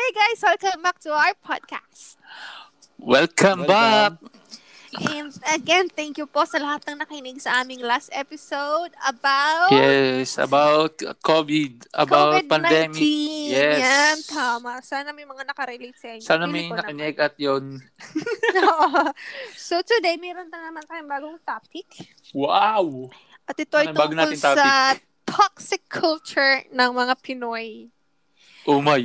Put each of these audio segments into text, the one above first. welcome back to our podcast. Welcome, back! And again, thank you po sa lahat ng nakinig sa aming last episode about Yes, about COVID, about COVID-19. pandemic. Yes. Yan, tama. Sana may mga nakarelate sa inyo. Sana Feeling may ko naman. nakinig at yun. Oo. so today, meron na naman tayong bagong topic. Wow! At ito ay Ano yung bago tungkol nating topic? sa toxic culture ng mga Pinoy. Oh my.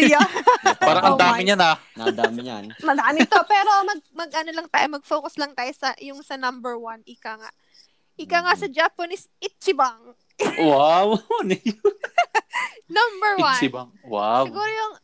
Ayan. Parang ang Oh my. dami niya na. Nadami yan. Madami to. Pero mag, mag ano lang tayo, mag-focus lang tayo sa yung sa number one, ika nga. Ika Mm. nga sa Japanese, Ichibang. Wow! Ano yun? Number one. Ichibang. Wow. Ano Siguro yung,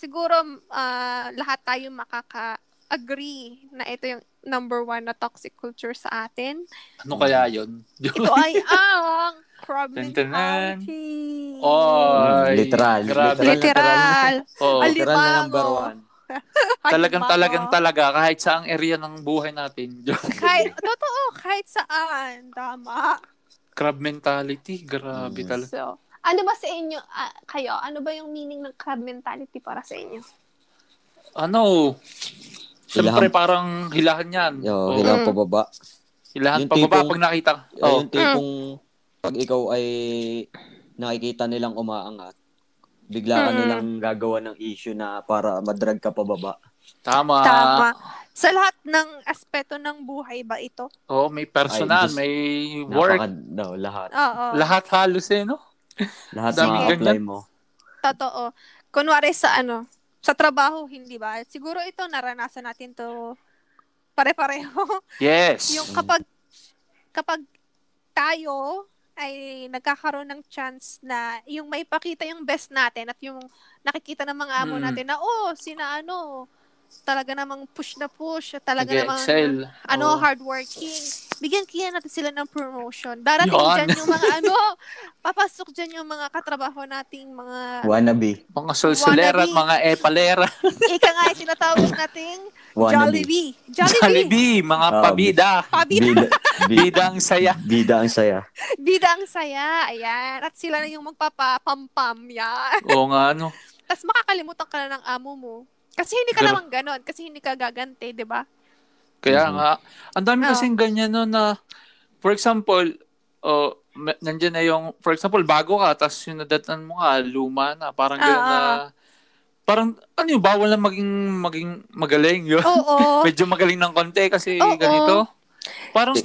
siguro ah, lahat tayo makaka-agree na ito yung number one na toxic culture sa atin. Ano kaya yun? Ito ay ang crab Dun, Oh. dun, dun. mentality. Oy, Literal, Grabe. literal. Literal. Oo. Al- Literal na Alimango. number one. talagang Halimbawa. talagang talaga kahit saang area ng buhay natin. Kahit, totoo, kahit saan. Tama. Crab mentality, grabe Mm. talaga. So, ano ba sa inyo, ah, kayo, ano ba yung meaning ng crab mentality para sa inyo? Ano? Siyempre Hilahan- parang hilahan 'yan. Yo, Oo. hilang Mm. pababa. Hilahan Yung pa baba tipong- pag nakita. Oh. Oh, Yung tipong pag ikaw ay nakikita nilang umaangat, Hmm. bigla ka Mm. nilang gagawa ng issue na para madrag ka pababa. tama. Tama. Sa lahat ng aspeto ng buhay ba ito? Oh, may personal, Ay, Diyos. may work, Napaka, no, lahat. Oo. lahat halos eh, no? Lahat Daming ma-apply ganyan. mo. Totoo. Kunwari sa ano, sa trabaho, hindi ba? Siguro ito, naranasan natin to pare-pareho. Yes. yung kapag, kapag tayo ay nagkakaroon ng chance na yung may pakita yung best natin at yung nakikita ng mga amo Mm. natin na, oh, sina ano, talaga namang push na push, at talaga namang Nag-excel. ano, Oo. hardworking. Bigyan kaya natin sila ng promotion. Darating Yun. dyan yung mga ano, papasok dyan yung mga katrabaho nating mga, Wannabe. Mga solsolera Wannabe. at mga epalera. ika nga yung tinatawag nating Wannabe. Jollibee. Jollibee. Jollibee, mga Oo. pabida. Pabida, Bida, bida, Bidang saya. bida ang saya. bida ang saya. Ayan. At sila na yung magpapapampam. Yan. Oo nga, ano. Tapos makakalimutan ka na ng amo mo. Kasi hindi ka Pero- naman ganon. Kasi hindi ka gagante, di ba? Kaya Mhm. nga, ang dami Oo. kasing ganyan no na, for example, oh, ma- nandyan na yung, for example, bago ka, tapos yung nadatan mo nga, luma na, parang Oo. gano'n na, parang, ano yun, bawal na maging, maging magaling yun. Oo. Medyo magaling ng konti kasi Oo. ganito. Parang,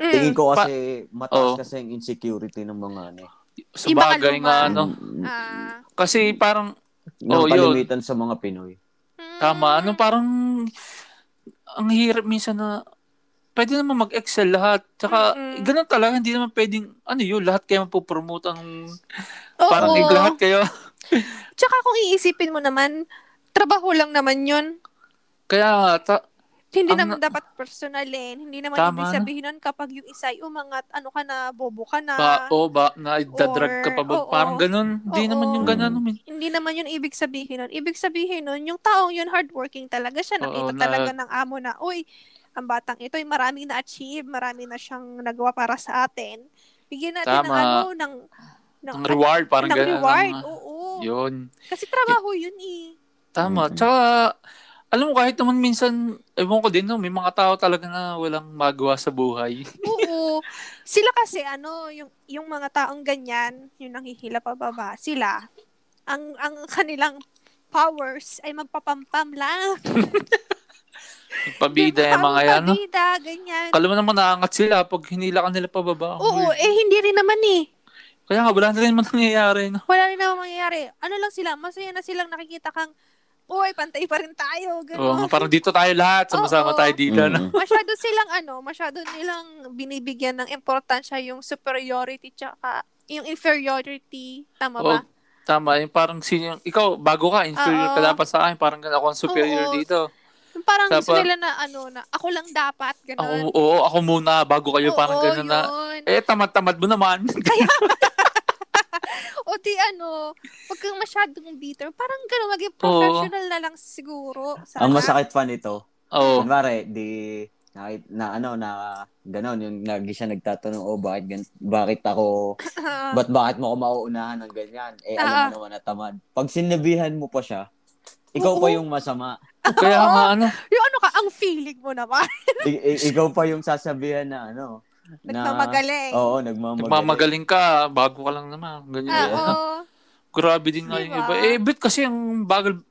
Mm. Tingin ko kasi mataas Oo. kasi ang insecurity ng mga ano. sa Iba ka bagay luma. nga, ano. Ah. Kasi parang, ng Oo, yun. kalimitan sa mga Pinoy. tama, Mm. ano, parang, ang hirap minsan na, pwede naman mag-excel lahat. Tsaka, Mm-mm. ganun talaga, hindi naman pwedeng, ano yun, lahat kayo mapopromote ang Oo. Parang yung lahat kayo. Tsaka kung iisipin mo naman, trabaho lang naman yun. Kaya nga, ta- Hindi Ang- naman dapat personalin. Hindi naman Tama, ibig no? sabihin nun kapag yung isa ay umangat, ano ka na, bobo ka na. ba, o ba, nadadrag ka pa ba? Or- Ah. oo. parang ganun. Hindi Oo. naman yung ganun. I mean, Hindi naman yun ibig sabihin nun. Ibig sabihin nun, yung taong yun hardworking talaga siya. Nakita Oo, na- talaga ng amo na, uy, ang batang ito eh, ay maraming na-achieve, marami na siyang nagawa para sa atin. Bigyan natin ng Tama. ano, ng, ng, ano, ang reward, ng parang ganun. ano. reward, Ang- oo. Yun. Kasi trabaho yun eh. Tama. Mm. Tsaka, alam mo, kahit naman minsan, ewan ko din, no, may mga tao talaga na walang magawa sa buhay. Oo. Sila kasi ano, yung yung mga taong ganyan, yung nanghihila pababa, sila ang ang kanilang powers ay magpapampam lang. Pabida yung mga yan. No? Pabida, ganyan. Kala mo naman naangat sila pag hinila ka nila pababa. Ang Oo, weird. eh hindi rin naman eh. Kaya nga, wala na rin man nangyayari. No? Wala rin naman mangyayari. Ano lang sila, masaya na silang nakikita kang, uy, pantay pa rin tayo, Oo, gano'n. nga, parang dito tayo lahat. Sama-sama Oo. tayo dito. No? Mm. masyado silang ano, masyado nilang binibigyan ng importansya yung superiority tsaka yung inferiority, tama ba? Oo, tama. Yung parang sino, ikaw, bago ka, inferior ka Oo. dapat sa akin. Parang ganun ako ang superior Oo. dito. Yung parang gusto Tapa- nila na ano na ako lang dapat ganun. Ako, oo, ako muna bago kayo parang Oo, gano'n na. yun. Eh, tamad-tamad mo naman. O di ano, huwag kang masyadong bitter. Parang ganun, maging professional na lang siguro. Sana. Ang masakit pa nito, Oo. kunwari, di na, na ano na gano'n yung lagi siya nagtatanong oh bakit gan- bakit ako Ah, ba't bakit mo ako mauunahan ng ganyan eh alam mo naman na tamad pag sinabihan mo pa siya Ikaw Oo. pa yung masama. Kaya Oo. nga ano, Yung ano ka, ang feeling mo naman. I- i- ikaw pa yung sasabihan na ano. Nagmamagaling. Na, oo, nagmamagaling. nagmamagaling ka, bago ka lang naman. Ganyan. Ah, Yeah. Oo. Grabe din nga yung Diba? iba. Eh, bet kasi ang bagal,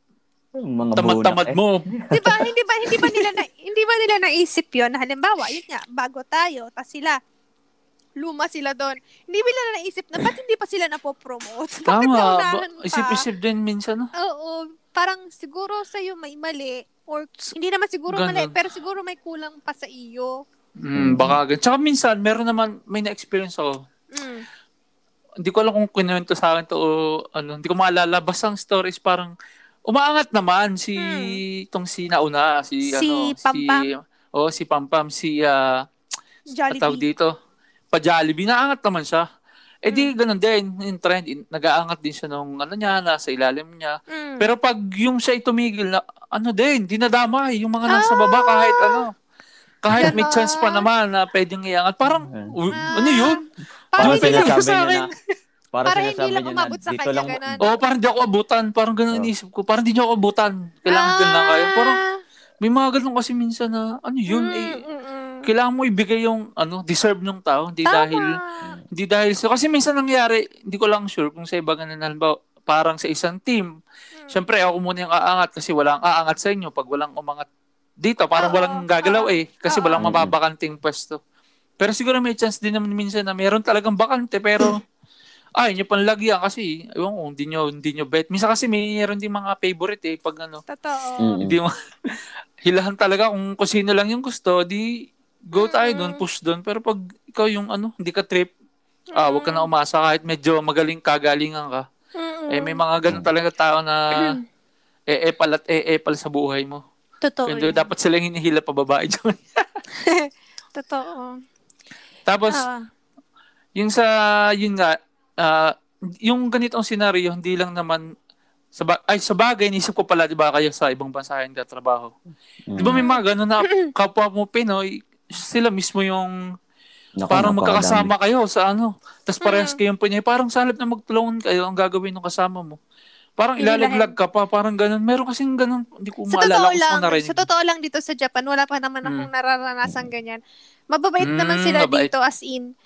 Yung Mga tamad-tamad bunak, eh. mo. Di ba, hindi ba, hindi ba nila, na, hindi ba nila naisip yon na halimbawa, yun nga, bago tayo, tas sila, luma sila doon. Hindi ba nila naisip na, ba't hindi pa sila napopromote? Bakit Tama. naunahan pa? ba- Isip-isip din minsan. ah. Oo, parang siguro sa'yo may mali, or hindi naman siguro Ganun. mali, pero siguro may kulang pa sa iyo. Mm, baka ganyan. Tsaka minsan, meron naman, may na-experience ako. Mm. Hindi ko alam kung kinuwento sa akin to o ano. Hindi ko maalala. Basta ang story is parang, umaangat naman si, tong si nauna, si, Hmm. Si ano, Pampam. si, oh, si Pampam, si, ah, Jollibee. Jollibee. dito. Pa Jollibee, naangat naman siya. Eh Hmm. di, ganun din, yung trend, in- nag-aangat din siya nung ano niya, nasa ilalim niya. Mm. Pero pag yung siya ay tumigil na, ano din, dinadamay yung mga nasa baba kahit ano. Kahit Ah. may Ganon. chance pa naman na pwedeng iangat. Parang, Ah. u- ano yun? Ano Parang ba hindi- sinasabi? sinasabi sa niya akin? na, parang Para hindi sinasabi lang niya na, umabot sa dito kanya, lang, ganun. Oo, parang di ako abutan. Parang ganun Oh. iniisip ko. Parang di niyo ako abutan. Kailangan din lang kayo. Parang, Ah. may mga ganun kasi minsan na, ano yun Mm, eh. mm, mm. Kailangan mo ibigay yung, ano, deserve ng tao. Hindi dahil, Tama. Hindi dahil sa... Kasi minsan nangyari, hindi ko lang sure kung sa iba ganun. Halimbawa, parang sa isang team, Hmm. syempre ako muna yung aangat kasi walang aangat sa inyo pag walang umangat dito. Parang Oo, walang oo, gagalaw eh. Kasi oo. walang Mm-mm. mababakanting pwesto. Pero siguro may chance din naman minsan na mayroon talagang bakante pero ay, nyo panlagyan kasi ewan ko, hindi nyo, hindi nyo bet. Minsan kasi mayroon din mga favorite eh pag ano, Totoo. Mm. hindi mo hilahan talaga kung kung sino lang yung gusto, di go tayo doon, Mm. push doon. Pero pag ikaw yung ano, hindi ka trip, ah, wag ka na umasa kahit medyo magaling ka, galingan ka. Mm-mm. Eh may mga ganun talaga tao na e-epal at e-epal sa buhay mo. Totoo. Pero yun. dapat sila yung hinihila pa babae dyan. Totoo. Tapos, Ah. yung sa, yun nga, ah, yung ganitong senaryo, hindi lang naman sa ba- ay sa bagay nisip ko pala 'di ba kayo sa ibang bansa yung trabaho. Mm, 'Di ba may Mm. mga ganun na kapwa mo Pinoy, sila mismo yung Naku, parang napakadami. magkakasama kayo sa ano. Tapos parehas Mm. kayong punya. Parang sa halip na magtulungan kayo, ang gagawin ng kasama mo. Parang Hihilahin. ilalaglag ka pa, parang ganun. Meron kasing ganun, hindi ko Sa maalala totoo kung lang, saan narinig. sa totoo lang dito sa Japan, wala pa naman akong nararanasan ganyan. Mababait Mm, naman sila mabait. dito as in.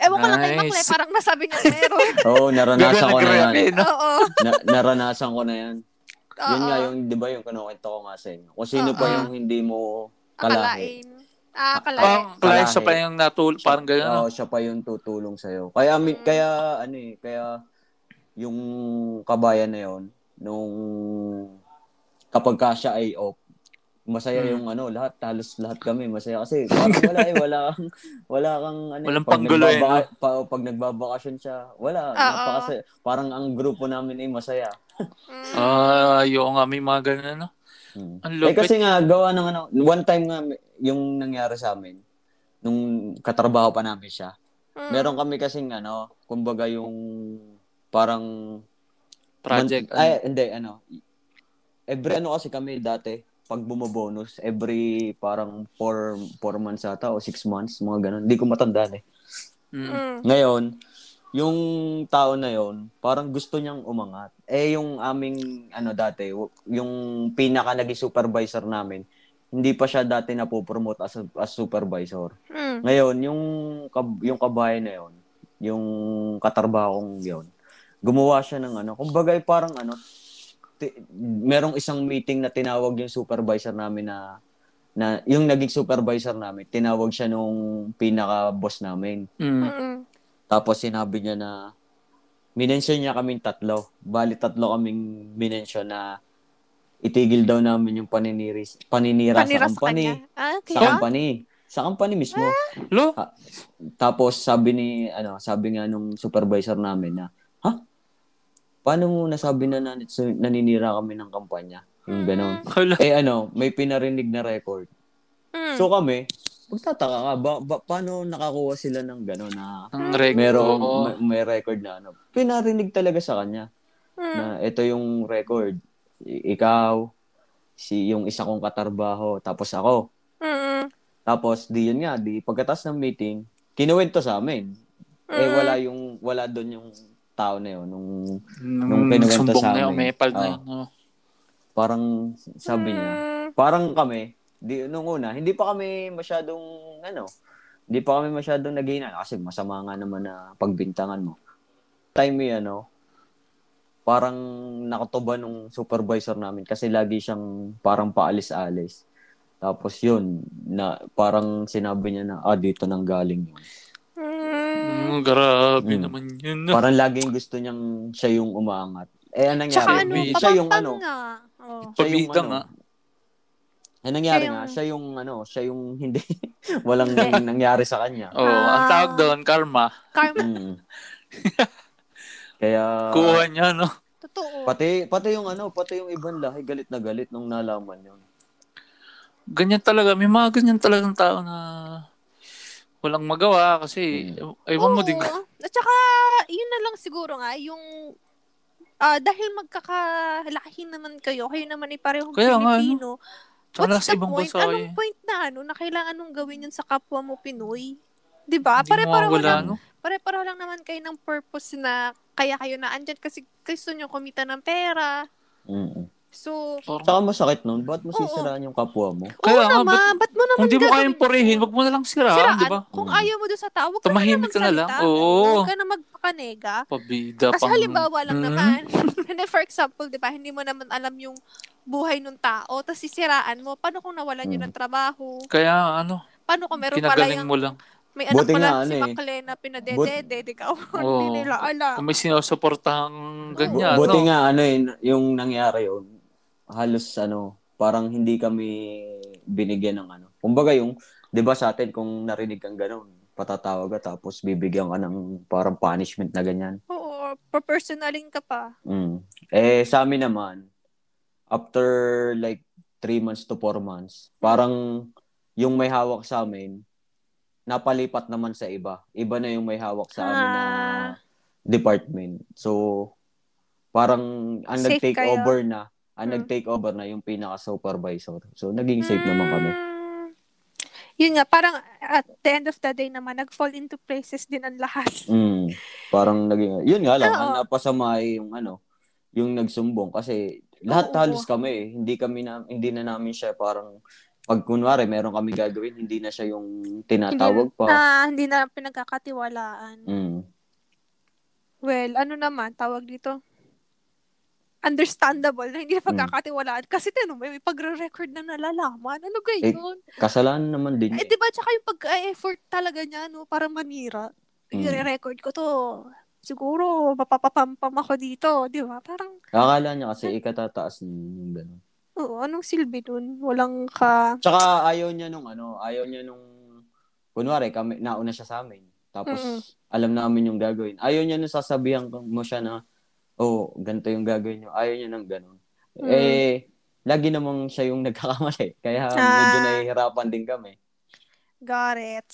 Ewan ko lang kay Nice. Makle, parang nasabi niya meron. Oo, naranasan ko na yan. Nagre-re- no? Oo. Na- naranasan ko na yan. Yun Oo. nga yung, di ba yung kinukwento ko nga sa inyo. Kung sino pa Oo. yung hindi mo kalahi. Akalain. Ah, akalain. Parang kaya siya Kalahe. pa yung natul, parang ganun. no? Oo, siya pa yung tutulong sa'yo. Kaya, I mean, Mm. kaya, ano eh, kaya yung kabayan na yon nung kapag ka siya ay off, masaya Mm. yung ano, lahat, halos lahat kami masaya kasi parang wala eh, wala kang, wala kang ano, eh, Walang pag panggulo eh, nagbabaka- pa- pag nagbabakasyon siya, wala, Oo. napakasaya. Parang ang grupo namin ay masaya. Mm. Ah, yung nga, may mga ganun, no? Mm. Ang Eh lupit. kasi nga, gawa ng ano, one time nga yung nangyari sa amin, nung katrabaho pa namin siya, Mm. meron kami kasing ano, kumbaga yung parang Project. Man- ay, hindi, ano. Every ano kasi kami dati, pag bumabonus, every parang 4 4 months ata o 6 months, mga ganun. Hindi ko matandaan eh. Mm. Mm. Ngayon, yung tao na yon parang gusto niyang umangat. Eh, yung aming, ano dati, w- yung pinaka naging supervisor namin, hindi pa siya dati napopromote as, as supervisor. Mm. Ngayon, yung, kab- yung kabayan na yon yung katarbakong yon gumawa siya ng ano, kumbaga eh, parang ano, ti- merong isang meeting na tinawag yung supervisor namin na, na yung naging supervisor namin, tinawag siya nung pinaka-boss namin. Mm. Mm. Tapos sinabi niya na, minention niya kaming tatlo. Bali, tatlo kaming minention na itigil daw namin yung paniniris, paninira, Panira sa kanya. sa company. Ah, Sa, kaya? company. Sa company mismo. Lo? Tapos sabi ni ano, sabi nga nung supervisor namin na, ha? Paano mo nasabi na nan- so- naninira kami ng kampanya? Yung ganon. Hala. Eh ano, may pinarinig na record. Mm. So kami, magtataka ka, ba, ba- paano nakakuha sila ng gano'n na Ang record. meron, Oo. may, may record na ano. Pinarinig talaga sa kanya Mm. Hmm. na ito yung record. I- ikaw, si yung isa kong katarbaho, tapos ako. Mm. Tapos di yun nga, di pagkatas ng meeting, kinuwento sa amin. Eh Hmm. Mm. wala yung wala doon yung tao na yun nung Nung Nung pinuwento sumbong sa na yun, amin. umepal na Oo. yun. no? Parang sabi niya, parang kami, di, nung una, hindi pa kami masyadong, ano, hindi pa kami masyadong naginan kasi masama nga naman na pagbintangan mo. Time yun, ano, parang nakatuba nung supervisor namin kasi lagi siyang parang paalis-alis. Tapos yun, na parang sinabi niya na, ah, dito nang galing yun. Mm. Mm, grabe Mm. naman yun. no? Parang laging gusto niyang siya yung umaangat. Eh, anong nangyari? Tsaka ano, Baby. siya yung papampam ano, nga. Oh. siya yung Pabidang, ano. ah. Ang eh, nangyari Siya yung- nga, siya yung ano, siya yung hindi, walang Hindi. nangyari sa kanya. Oh, Ah. ang tawag doon, karma. Karma, Mm. Kaya, Kuha niya, no? totoo. pati, pati yung ano, pati yung ibang lahi, galit na galit nung nalaman yun. Ganyan talaga. May mga ganyan talagang tao na walang magawa kasi Hmm. ewan mo din. Oo. At saka, yun na lang siguro nga, yung ah, dahil magkakalaki naman kayo, kayo naman ay parehong Kaya nga, Pilipino. Wala What's sa the ibang point? bansa Anong eh. point na ano na kailangan nung gawin yun sa kapwa mo Pinoy? 'Di ba? Hindi mo Pare-pareho wala, lang, no? pare-pareho lang naman kayo ng purpose na kaya kayo na andyan kasi gusto nyo kumita ng pera. Mm. So, Parang, Saka masakit nun, ba't mo sisiraan yung kapwa mo? oo Kaya nga, naman, ba't- ba't mo naman kung di mo gagawin kayang purihin, yun? wag mo na lang siraan, Siraan, di ba? kung Mm. ayaw mo doon sa tao, huwag ka na Tumahimik ka na lang. magsalita. Oo. Huwag ka na magpakanega. Pabida Kasi pang... halimbawa lang Mm. naman, hindi, for example, di ba, hindi mo naman alam yung buhay ng tao, tapos sisiraan mo, paano kung nawalan yun ng trabaho? Kaya ano, Paano kung meron pala Hmm. pinagaling yung, mo lang. may anak Buti pala nga, si ano eh. Macle na pinadedede, di ka, oh, hindi Oo. nila alam. Kung may sinusuportahang Bu- ganyan, Buti no? nga, ano yun, yung nangyari yun, halos ano, parang hindi kami binigyan ng ano. Kumbaga yung, di ba sa atin kung narinig kang gano'n, patatawag ka tapos bibigyan ka ng parang punishment na ganyan. Oo, propersonaling ka pa. Mm. Eh, sa amin naman, after like three months to four months, parang yung may hawak sa amin, napalipat naman sa iba. Iba na yung may hawak sa amin na Ah. department. So, parang ang Safe nag-take kayo? over na, ang Mm. nag-take over na yung pinaka-supervisor. So, naging safe naman kami. Mm. Yun nga, parang at the end of the day naman, nag-fall into places din ang lahat. Mm. Parang naging, yun nga lang, Oo. ang napasama ay yung ano, yung nagsumbong kasi lahat Oo. halos kami, eh. hindi kami na hindi na namin siya parang pag kunwari meron kami gagawin, hindi na siya yung tinatawag hindi, na, pa. hindi na pinagkakatiwalaan. Mm. Well, ano naman, tawag dito? Understandable na hindi na pagkakatiwalaan. Kasi tinan mo, may pagre-record na nalalaman. Ano Eh, gayon? Kasalanan naman din. Eh, niya di ba, tsaka yung pag-effort talaga niya, no, para manira. Mm. I-record ko to. Siguro, mapapapampam ako dito. Di ba? Parang, eh. Akala niya kasi ikatataas niya yung ganun. oo, anong silbi dun? Walang ka... Tsaka ayaw niya nung ano, ayaw niya nung kunwari kami nauna siya sa amin. Tapos Mm-mm. alam namin yung gagawin. Ayaw niya nung sasabihan ko- mo siya na oh, ganito yung gagawin niyo. Ayaw niya ng ganun. Mm. Eh lagi namang siya yung nagkakamali. Kaya medyo Ah. nahihirapan din kami. Got it.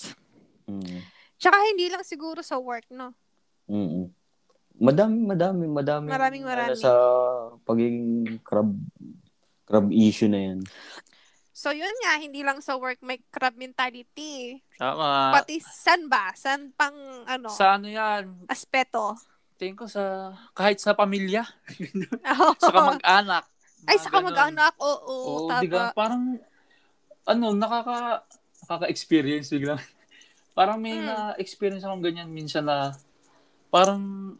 Mm. Tsaka hindi lang siguro sa work, no? Mm. Madami, madami, madami. ano Maraming, marami. sa pagiging crab crab issue na yan. So, yun nga, hindi lang sa work may crab mentality. Tama. Pati san ba? San pang, ano, Ah. Sa ano yan? aspeto? Tingin ko sa, kahit sa pamilya, sa Saka kamag-anak. Ay, mga sa ganun. kamag-anak, oo, Oo, tama. di ka, parang, ano, nakaka, nakaka-experience biglang. parang may Mm. na-experience akong ganyan minsan na, parang,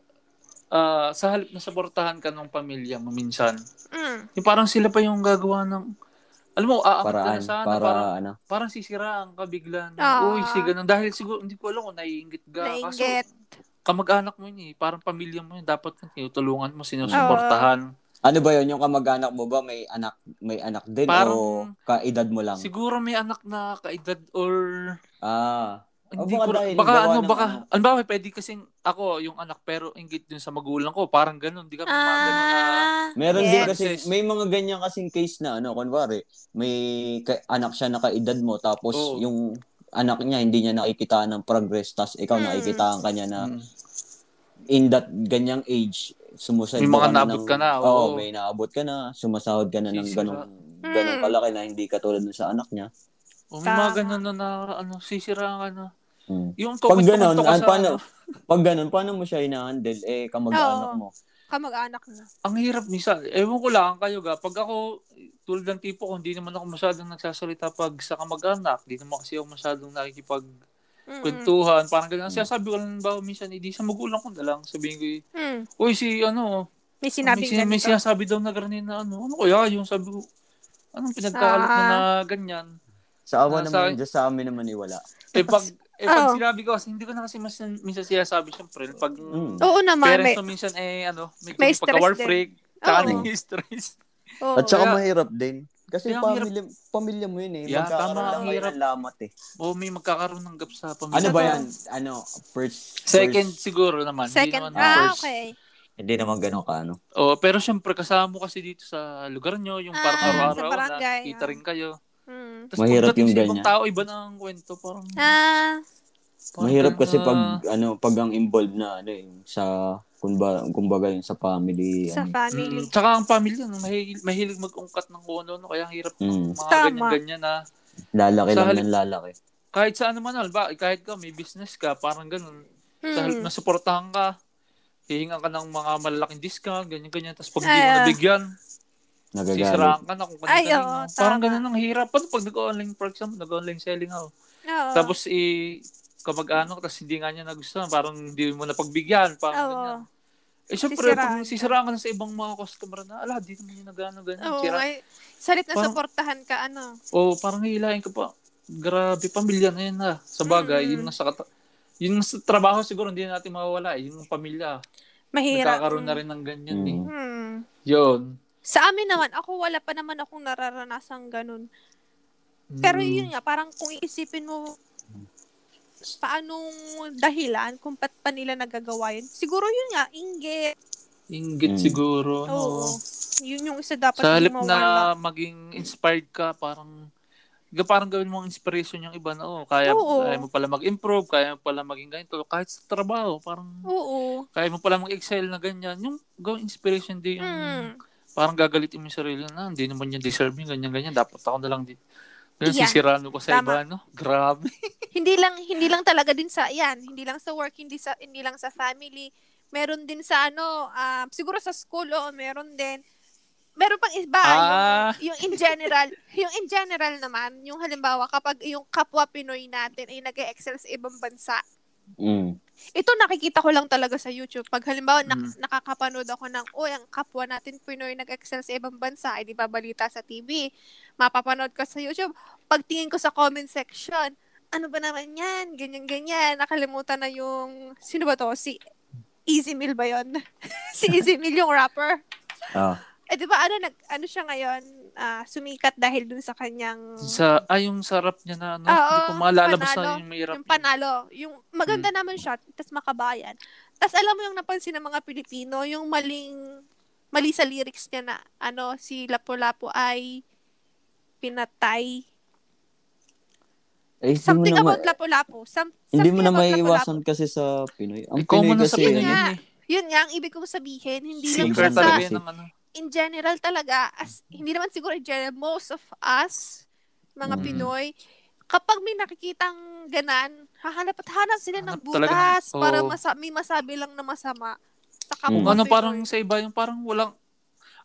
ah, sa halip na saportahan ka ng pamilya mo minsan, Mm. yung parang sila pa yung gagawa ng, alam mo, aangat ka Paraan na sana, para parang, ano. parang sisiraan ka bigla na, Ah. uy, si ganun. Dahil siguro, hindi ko alam kung naiingit ka. Kaso, Nainggit. kamag-anak mo yun eh. Parang pamilya mo yun. Dapat kang tinutulungan mo, sinusuportahan. Ano ba yun? Yung kamag-anak mo ba may anak may anak din Parang- o kaedad mo lang? Siguro may anak na kaedad or ah. O, hindi baka ko dahil na, baka gawa ano, ng baka, ano. ano ba, pwede kasing ako yung anak pero ingit dun sa magulang ko. Parang ganun, di ka maganda na. Ah, Meron yes. din Yes. kasi may mga ganyan kasing case na ano, kunwari may ka- anak siya na kaedad mo tapos Oo. yung anak niya hindi niya nakikita ng progress tapos ikaw Mm. nakikitaan ka niya na Mm. in that ganyang age, sumusahod May mo mga ka na naabot ng- ka na, Oo, oo. may naabot ka na. Sumasahod ka na ng Sisira. ganong, ganong Mm. kalaki na hindi katulad nun sa anak niya. O Oh, may mga Tama. ganun na, na ano, sisiraan ka na. Mm. Yung Pag kukwento-kwento ganon, ka ah, sa, paano, ano, pag ganon, paano mo siya hinahandle? Eh, kamag-anak Oo. mo. kamag-anak na. Ang hirap misa. Ewan ko lang kayo ga. Pag ako, tulad ng tipo ko, hindi naman ako masyadong nagsasalita pag sa kamag-anak. Hindi naman kasi ako masyadong nakikipagkwentuhan. Mm-mm. Parang ganyan. Mm. Sinasabi ko lang ba, minsan, hindi sa magulang ko na lang. Sabihin ko, Mm. uy, si ano, May sinabi may, sin- may sinasabi daw na ganun na ano. Ano kaya yung sabi ko, anong pinagkakalat mo Ah. na ganyan? Sa Ah, awa sa- naman, Diyos sa amin naman iwala. Eh pag, eh, pag Oo. sinabi ko kasi hindi ko na kasi mas, minsan sinasabi syempre pag Mm. Oo naman. parents Oh, May, ko minsan eh ano may, May may stress pagka war din. Oh. freak tsaka Oo. nag-stress. oo. At saka Kaya- mahirap din. Kasi Kaya ang pamilya, pamilya mo yun eh. Yeah, Magkakaroon tama, lang ang kayo hirap. ng lamat eh. O Oh, may magkakaroon ng gap sa pamilya. Ano ba Totoo. yan? Ano? First? Second first- siguro naman. hindi second, naman ah, first. okay. Hindi naman ganun ka ano. Oh, pero syempre kasama mo kasi dito sa lugar nyo, yung Ah, parang sa araw-araw barangay, na kita ah. rin kayo. Mm. Tapos Mahirap pagdating yung sa ibang ganyan. tao, iba na ang kwento. Parang, Ah, parang Mahirap ganun kasi na- pag ano pag ang involved na ano yung sa kumbaga, kumbaga yung sa family. sa ano. family. Mm, tsaka ang pamilya, no, mahilig, mahilig mag-ungkat ng kuno, no, kaya ang hirap ng Mm. mga Tama. ganyan-ganyan na lalaki Sa lang hal- ng lalaki. kahit sa ano man, ba, kahit ka may business ka, parang ganun. Dahil Mm. nasuportahan ka, hihingan ka ng mga malalaking discount, ganyan-ganyan. Tapos pag Ay, hindi mo ah. nabigyan, Nagagalit. sisiraan ka na kung Ay, kanina oo, mo. Parang tama. ganun ang hirap. Paano pag nag-online, for example, nag-online selling ako. Oo. Tapos i kamag-anak, tapos hindi nga niya nagustuhan, parang hindi mo napagbigyan, parang Oo. ganyan. Eh, syempre, Sisiraan. pag sisiraan ka na sa ibang mga customer na, ala, di naman yung nagano ganyan. Oo, Sira. ay, sa halip na Parang- supportahan ka, ano. O, parang hihilahin ka pa. Grabe, pamilya na yun ha. Sa bagay, Mm. yun nasa kata- yun sa trabaho siguro hindi natin mawawala eh. Yung pamilya, Mahirap. nagkakaroon na Mm. rin ng ganyan eh. Mm. Mm. Yun. Sa amin naman, ako wala pa naman akong nararanasang ganun. Pero Mm. yun nga, parang kung iisipin mo paanong dahilan kung ba't pa nila nagagawa yun. Siguro yun nga, ingge. Ingit Mm. siguro. no? Oo. Yun yung isa dapat Sa hindi halip mawala. na maging inspired ka, parang ga- parang gawin mo ang inspiration yung iba na, oh, kaya, Oo. kaya mo pala mag-improve, kaya mo pala maging ganito. Kahit sa trabaho, parang Oo. kaya mo pala mag-excel na ganyan. Yung gawin inspiration din yung Mm. parang gagalitin mo yung sarili na, hindi naman yung deserve yung ganyan-ganyan. Dapat ako na lang din. Ganyan, Yeah. sisirano ko sa Tama. iba, no? Grabe. Hindi lang hindi lang talaga din sa yan, hindi lang sa work, hindi sa hindi lang sa family. Meron din sa ano, ah, siguro sa school o meron din. Meron pang iba Ah. yung, yung in general, yung in general naman, yung halimbawa kapag yung kapwa Pinoy natin ay nag-excel sa ibang bansa, Mm. ito nakikita ko lang talaga sa YouTube. Pag halimbawa nak- Mm. nakakapanood ako ng, oh, ang kapwa natin Pinoy nag-excel sa ibang bansa, ay di ba balita sa TV, mapapanood ko sa YouTube. Pagtingin ko sa comment section, ano ba naman yan? Ganyan-ganyan. Nakalimutan na yung, sino ba to? Si Easy Meal ba yon? si Easy Meal yung rapper. Ah, Eh di ba ano, nag, ano siya ngayon? Ah, sumikat dahil dun sa kanyang... Sa, ay, yung sarap niya na, ano, Mm. Oo, hindi ko malalabas panalo. na yung mahirap. Yung panalo. Yung maganda Hmm. naman siya, tas makabayan. Tas alam mo yung napansin ng mga Pilipino, yung maling, mali sa lyrics niya na, ano, si Lapu-Lapu ay pinatay. eh, Something hindi mo about na, ma- Lapu-Lapu. Some, hindi mo something na about maiiwasan Lapu-Lapu. kasi sa Pinoy. Ang Ikaw Pinoy mo na sa kasi Pinoy Yun ano, nga. yun eh. Yun nga, ang ibig kong sabihin, hindi lang Secret siya sa, talaga Kasi- yan ng ano. in general talaga, as, hindi naman siguro in general, most of us, mga Mm. Pinoy, kapag may nakikitang ganan, hahanap at hanap sila ng Hanap talaga ng- butas para oo. masa- may masabi lang na masama. Sa Mm. kapwa Ano Pinoy. parang sa iba yung parang walang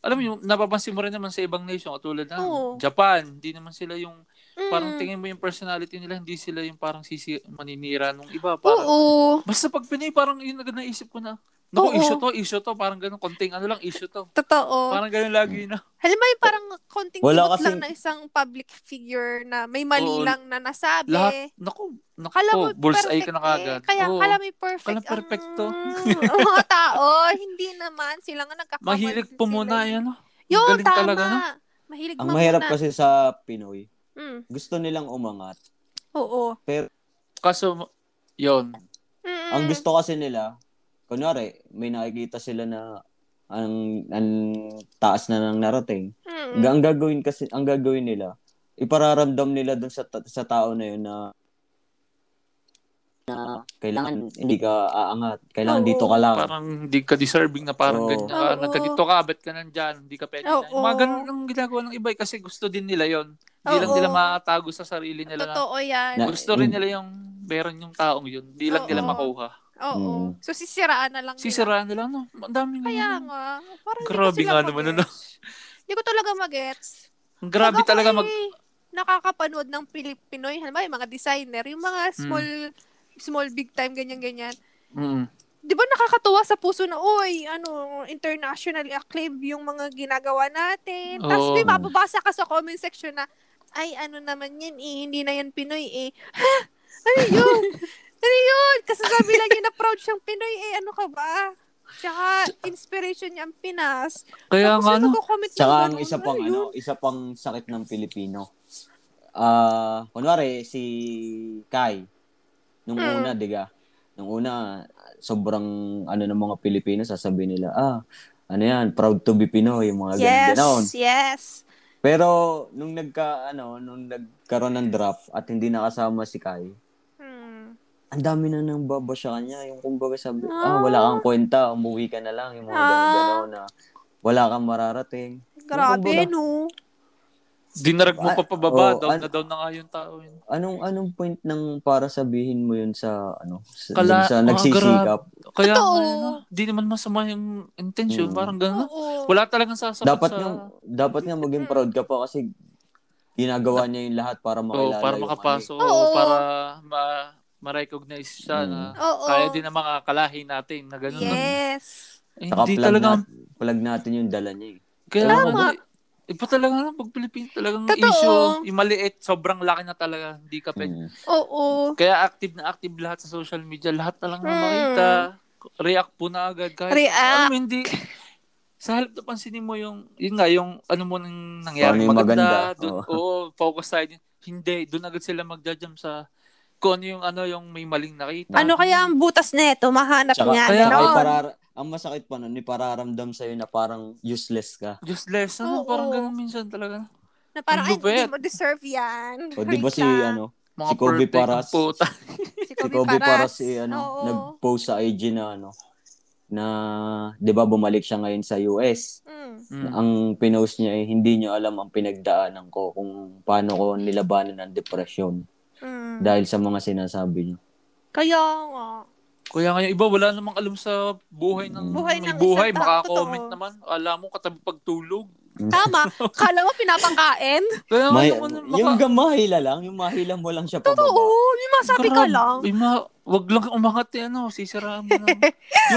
alam mo yung napapansin mo rin naman sa ibang nation katulad ng Oo. Japan, hindi naman sila yung Mm. parang tingin mo yung personality nila, hindi sila yung parang sisi maninira nung iba parang. Oo. Basta pag Pinay parang yun agad naisip ko na. Naku, Oo. issue to, issue to, parang ganun konting ano lang issue to. Totoo. Parang ganun lagi na. Halimbawa yung parang konting Wala kilot kasing- lang ng isang public figure na may mali Oo. lang na nasabi. Lahat naku, naku, Kala mo, Oh, perfect bullseye ka na eh. kagad. Kaya, Oo. kala may perfect. Kala perfecto. Ang, ang mga tao, hindi naman. Sila nga nagkakamali. Mahilig din pumuna eh. sila. eh. yan, no? Yun, Galing tama. talaga, no? Mahilig ang mamuna. mahirap kasi sa Pinoy. Mm. Gusto nilang umangat. Oo. Kaso, yun. Mm-mm. Ang gusto kasi nila, kunwari, may nakikita sila na ang, ang taas na nang narating. Mm-mm. Ang gagawin kasi, ang gagawin nila, ipararamdam nila dun sa, ta- sa tao na yun na na kailangan hindi ka aangat. Kailangan Oo. dito ka lang. parang hindi ka deserving na parang Oo. ganyan. Ah, Oo. nagkadito ka, ba't ka nandyan? Hindi ka pwede na. Oo. Mga ganun ang ginagawa ng iba eh, kasi gusto din nila yon Hindi lang Oo. nila makatago sa sarili nila. Na, Totoo yan. Na- gusto rin nila yung meron yung taong yun. Hindi lang nila Oo. makuha. Mm. Oo. So, sisiraan na lang nila. Sisiraan nila, no? Ang daming Kaya nga. Parang Grabe hindi ko nga sila naman, magets. Hindi ko talaga magets. Ang grabe Pag ako talaga mag... ay nakakapanood ng Pilip- Pinoy, halimbawa yung mga designer, yung mga small, small big time, ganyan-ganyan. Mm. Di ba nakakatuwa sa puso na, oy, ano, internationally acclaimed yung mga ginagawa natin. Tapos Oo. may mapabasa ka sa comment section na, ay, ano naman yan eh, hindi na yan Pinoy eh. Ha? Ano yun? ano yun? Kasasabi lang yun na proud siyang Pinoy eh, ano ka ba? Tsaka, inspiration niya ang Pinas. Kaya Tapos nga, yung no? nagko-comment ng Tsaka ang ganun, isa pang yun? ano, isa pang sakit ng Pilipino. Ah, kunwari si Kai nung Mm. una, 'di ba? Nung una sobrang ano ng mga Pilipino sasabihin nila, ah, ano yan, proud to be Pinoy, yung Yes, mga ganyan ganon. yes. Pero nung nagka ano, nung nagkaroon ng draft at hindi nakasama si Kai, Hmm. ang dami na nang babasya kanya. Yung kumbaga sabi, Ah. ah, wala kang kwenta, umuwi ka na lang. Yung mga Ah. ganon-ganon na wala kang mararating. Grabe, Ano Kumbaga, no? Dinarag mo pa pababa, Oo, down ano- na down na nga yung tao. Yun. Anong anong point ng para sabihin mo yun sa ano sa, Kala- dun sa oh, nagsisikap? Kaya Totoo. nga, ano, di naman masama yung intention, Mm. parang gano'n. Oo. Wala talagang sasapat dapat sa... nga dapat nga maging proud ka pa kasi ginagawa niya yung lahat para Oo, makilala para yung ano, eh. makapaso, Oo. para ma ma-recognize siya na Hmm. Oo. kaya din na makakalahin natin na gano'n. no? Yes. Eh, Saka hindi plug, talaga, nat- plug natin yung dala niya. eh. kaya Tama. nga, iba talaga na pag Pilipino talagang Totoo. issue, yung maliit, sobrang laki na talaga, hindi ka pwede. Mm. Oo. Kaya active na active lahat sa social media, lahat talaga Mm. mm. makita, react po na agad kahit React. alam mo, hindi sa halip na pansinin mo yung yun nga yung ano mo nang nangyari Paano yung maganda, maganda? Dun, Oo. oo, focus tayo din. Hindi, doon agad sila magja-jump sa kung ano yung ano yung may maling nakita. Ano kaya ang butas neto? Mahanap Tsaka, niya. kaya Kaya, nga, Ay, Oo. para, ang masakit pa nun, ipararamdam sa'yo na parang useless ka. Useless, ano, Oo. parang ganun minsan talaga. na parang, ay, ang lupit. hindi mo deserve yan. O di ba Wait si lang. ano, Mga Si Kobe perfect ang Paras. puta. Si si Kobe, Kobe para Paras. si ano, Oo. nag-post sa IG na ano na 'di ba bumalik siya ngayon sa US. Mm. Mm. Ang pinost niya ay hindi niya alam ang pinagdaanan ko kung paano ko nilabanan ang depression Mm. dahil sa mga sinasabi niya. Kaya nga. Kaya nga yung iba, wala namang alam sa buhay ng Buhay may ng buhay. isang tao, Makakomment totoo. naman. Alam mo, katabi pagtulog. Tama. Kala mo pinapakain? Kaya nga May, yung, ano, maka- yung gamahila lang, yung mahila mo lang siya Oo. pababa. Yung masabi Ah, ka Grab- lang. Yung mga, wag lang umangat eh, ano, sisiraan mo lang.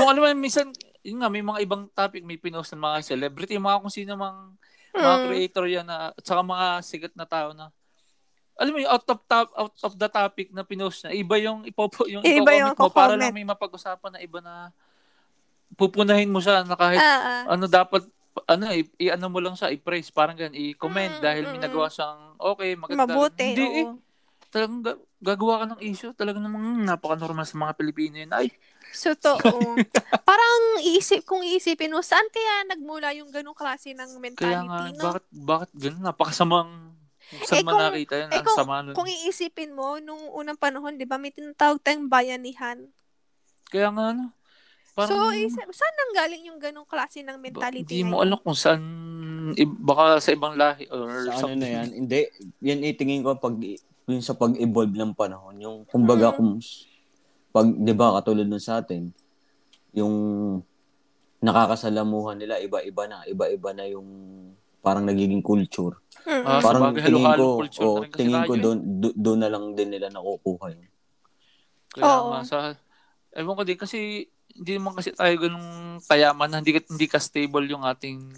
yung alam mo, minsan, yun nga, may mga ibang topic, may pinost ng mga celebrity, mga kung sino mang, mga Mm. creator yan, na, at saka mga sikat na tao na, alam mo, yung out of, top, out of the topic na pinost na, iba yung ipopo, yung Iba yung ipo-comment mo, para ko-comment. lang may mapag-usapan na iba na pupunahin mo siya na kahit Ah, ah. ano dapat ano i, i- ano mo lang siya i-praise parang ganun i-comment Mm, dahil mm, may mm. nagawa siyang okay maganda Mabuti. hindi eh oo. talagang ga- gagawa ka ng issue, talagang namang hmm, napaka-normal sa mga Pilipino yun. Ay, So, totoo. parang iisip, kung iisipin mo, saan kaya nagmula yung ganong klase ng kaya nga, mentality, no? bakit, bakit ganun? Napakasamang, saan Eh, man kung- nakita yun, eh, ang sama nun. Kung iisipin mo, nung unang panahon, di ba, may tinatawag tayong bayanihan. kaya nga, ano, parang, so, isip, saan nanggaling yung ganong klase ng mentality Hindi mo ngayon? alam kung saan, i- baka sa ibang lahi, or Sa something. ano na yan, hindi. Yan itingin ko pag yung sa pag-evolve ng panahon, yung kumbaga Mm. kung pag 'di ba katulad nun sa atin, yung nakakasalamuhan nila iba-iba na, iba-iba na yung parang nagiging culture. Mm-mm. Ah, parang sabagay, tingin halo-halong ko, culture oh, na rin kasi tingin tayo ko eh. doon do- doon na lang din nila nakukuha yun. Kaya Oo. nga, sa, ewan ko din, kasi, hindi naman kasi tayo ganung kayaman na hindi, ka- hindi ka stable yung ating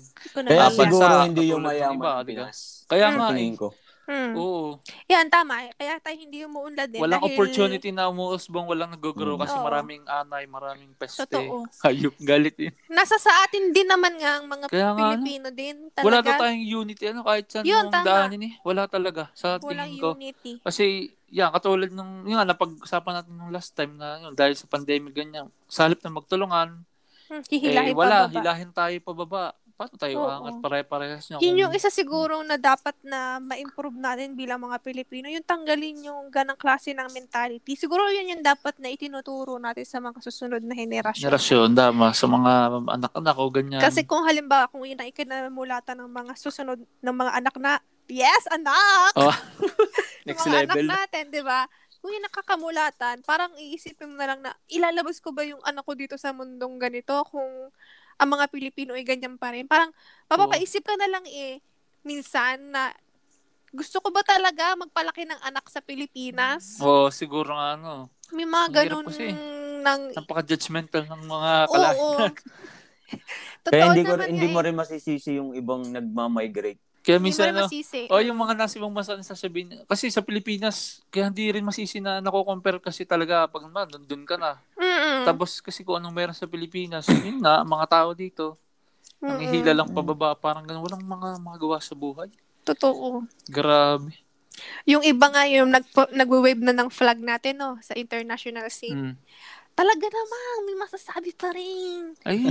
Dapat Kaya Ekonomiya. siya. siguro sa hindi yung katulad ng iba, mayaman ang di ba? Pinas. Kaya Ang nga, eh. tingin ko. Mm. oo. Yan, tama. eh. Kaya tayo hindi umuunlad din. Walang dahil... opportunity na umuusbong, walang nag-grow Mm. kasi Oo. maraming anay, maraming peste. Totoo. Hayop, galit yun. Nasa sa atin din naman nga ang mga Kaya nga, ano, Pilipino din. wala daw Talaga, tayong unity. Ano, kahit saan Yun, Yun, tama. daanin eh. Wala talaga sa walang tingin ko. unity. Kasi, yan, katulad nung, yun nga, napag-usapan natin nung last time na, yun, dahil sa pandemic, ganyan, sa halip na magtulungan, Mm, Hihilahin eh, wala, pababa. hilahin tayo pababa. Paano tayo Oo. angat pare-parehas niya? Yun yung isa siguro na dapat na ma-improve natin bilang mga Pilipino, yung tanggalin yung ganang klase ng mentality. Siguro yun yung dapat na itinuturo natin sa mga susunod na henerasyon. Generasyon, dama, sa mga anak-anak o ganyan. Kasi kung halimbawa, kung yun ang ikinamulatan ng mga susunod ng mga anak na, yes, anak! Oh, Ng mga anak natin, di ba? Kung kung yung nakakamulatan, parang iisipin mo na lang na ilalabas ko ba yung anak ko dito sa mundong ganito kung ang mga Pilipino ay ganyan pa rin. Parang mapapaisip ka na lang eh minsan na gusto ko ba talaga magpalaki ng anak sa Pilipinas? Oo, siguro nga ano. May Ang mga hirap ganun kasi. eh. ng... Napaka-judgmental ng mga Oo. kalahi. Totoo Kaya hindi, ko, naman hindi nga mo eh. rin masisisi yung ibang nagmamigrate. Kaya Hindi mo minsan, rin ano, masisi. oh, yung mga nasa ibang bansa na sasabihin, kasi sa Pilipinas, kaya hindi rin masisi na nako-compare kasi talaga pag man, nandun ka na. Mm-mm. Tapos kasi kung anong meron sa Pilipinas, yun na, ang mga tao dito, Mm-mm. nangihila lang pababa, parang ganun, walang mga magawa sa buhay. Totoo. Grabe. Yung iba nga yung nag nagwe-wave na ng flag natin no sa international scene. Mm. Talaga namang may masasabi pa rin. Ay,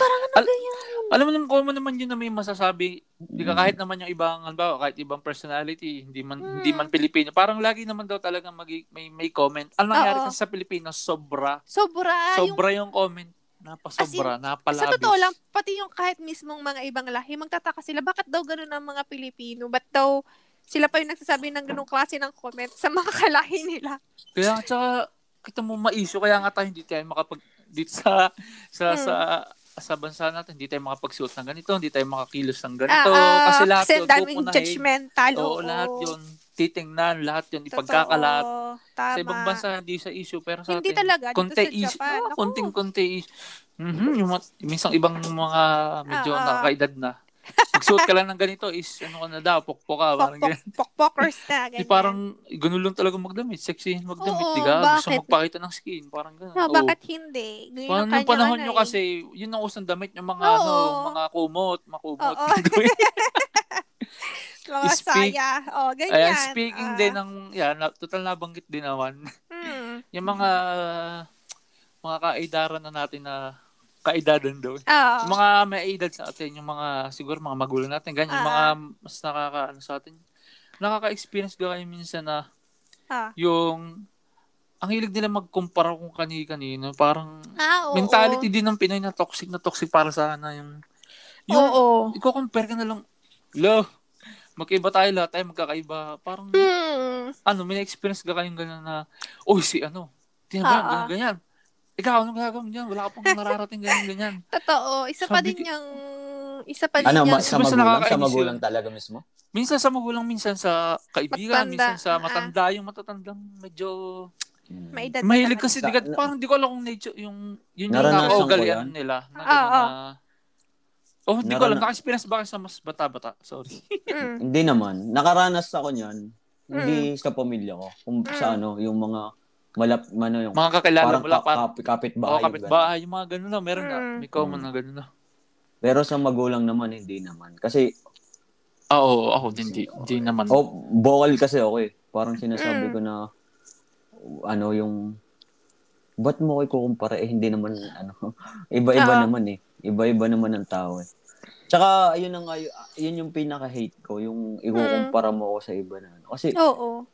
Parang ano Al- ganyan. alam mo naman, common naman yun na may masasabi. Hindi Mm. ka kahit naman yung ibang, halimbawa, kahit ibang personality, hindi man, Mm. hindi man Pilipino. Parang lagi naman daw talaga magi- may, may comment. Ang nangyari Oo. kasi sa Pilipinas, sobra. Sobra. Ah, yung- Sobra yung comment. Napasobra, napalabis. Sa totoo lang, pati yung kahit mismong mga ibang lahi, magtataka sila, bakit daw ganun ang mga Pilipino? Ba't daw sila pa yung nagsasabi ng ganung klase ng comment sa mga kalahi nila? Kaya nga, tsaka, kita mo ma-issue, kaya nga tayo hindi tayo makapag, dito sa, Hmm. sa, sa, sa bansa natin, hindi tayo makapagsuot ng ganito, hindi tayo makakilos ng ganito. Ah, ah, kasi lahat kasi yun, daming pupunahin. judgmental. Oo, lahat yun, titingnan, lahat yun, Totoo, ipagkakalat. Tama. Sa ibang bansa, hindi sa issue, pero sa Hindi atin, talaga. Dito konti sa issue, Japan. oh, Naku. konting-konti issue. Mhm, yung mga- minsan ibang mga Ah, medyo ah. nakakaedad na. Magsuot ka lang ng ganito is ano ka na daw, pokpok ka. parang ganyan. Pok- Pokpokers na. Di Ganyan. parang ginulong talaga magdamit. Sexyhin magdamit. Oo, di ka? Gusto bakit? magpakita ng skin. Parang gano'n. No, bakit hindi? Ganyan Parang ang nung kanya, panahon ano nyo eh. kasi, yun ang usang damit yung mga, Oo. ano, mga kumot, makumot. Oo. Mga Speak- saya. Oh, ganyan. Ayan, speaking Ah, din ng, yan, na- total nabanggit din naman. hmm. yung mga, mga kaedaran na natin na, kaedadan daw. Oo. Yung mga may edad sa atin, yung mga, siguro mga magulang natin, ganyan. Ah, Yung mga mas nakaka, ano sa atin, nakaka-experience ka kayo minsan na, Ah. yung ang hilig nila magkumpara kung kani-kanino. Parang Ah, oo. mentality din ng Pinoy na toxic na toxic para sa na yung yung Oo. iko-compare ka na lang. Lo, magkaiba tayo lahat tayo magkakaiba. Parang Hmm. ano, may experience ka kayong gano'n na oh si ano, tingnan mo yan, Oo. ganyan, ganyan. Ikaw, anong gagawin mo dyan? Wala ka pang nararating ganyan, ganyan. Totoo. Isa pa Sabi din ko- yung... Isa pa din Ano, yung... ma- sa Basta magulang? Sa nakakainis magulang yun. talaga mismo? Minsan sa magulang, minsan sa kaibigan, Matanda. minsan sa Ah. matanda. Yung matatandang medyo Mm. may edad na Mahilig naman. kasi, di ka, Sa- parang di ko alam kung nature, yung, yun yung Naranasan nakaugal ko yan yan. nila. Na, Ah, ganun ah. na- oh, di ko alam. Narana- Naka-experience ba kayo sa mas bata-bata? Sorry. Mm. Hindi naman. Nakaranas ako niyan. Hindi Hmm. sa pamilya ko. Kung Mm. sa ano, yung mga malap, ano yung Mga kakilala parang mo lang, ka- parang, kapit, kapitbahay. oh, yung ganun. kapitbahay, yung mga ganun na, meron na. Mm. May common Mm. na ganun na. Pero sa magulang naman, hindi naman. Kasi, Ah, Oo, ako din, di, di naman. oh, bawal kasi ako eh. Parang sinasabi Mm. ko na, ano yung, ba't mo ko kukumpara eh, hindi naman, ano, iba-iba Oo. naman eh. Iba-iba naman ang tao eh. Tsaka, ayun ang, ay- yun yung pinaka-hate ko, yung Mm. ikukumpara mo ako sa iba na. ano. Kasi, Oo.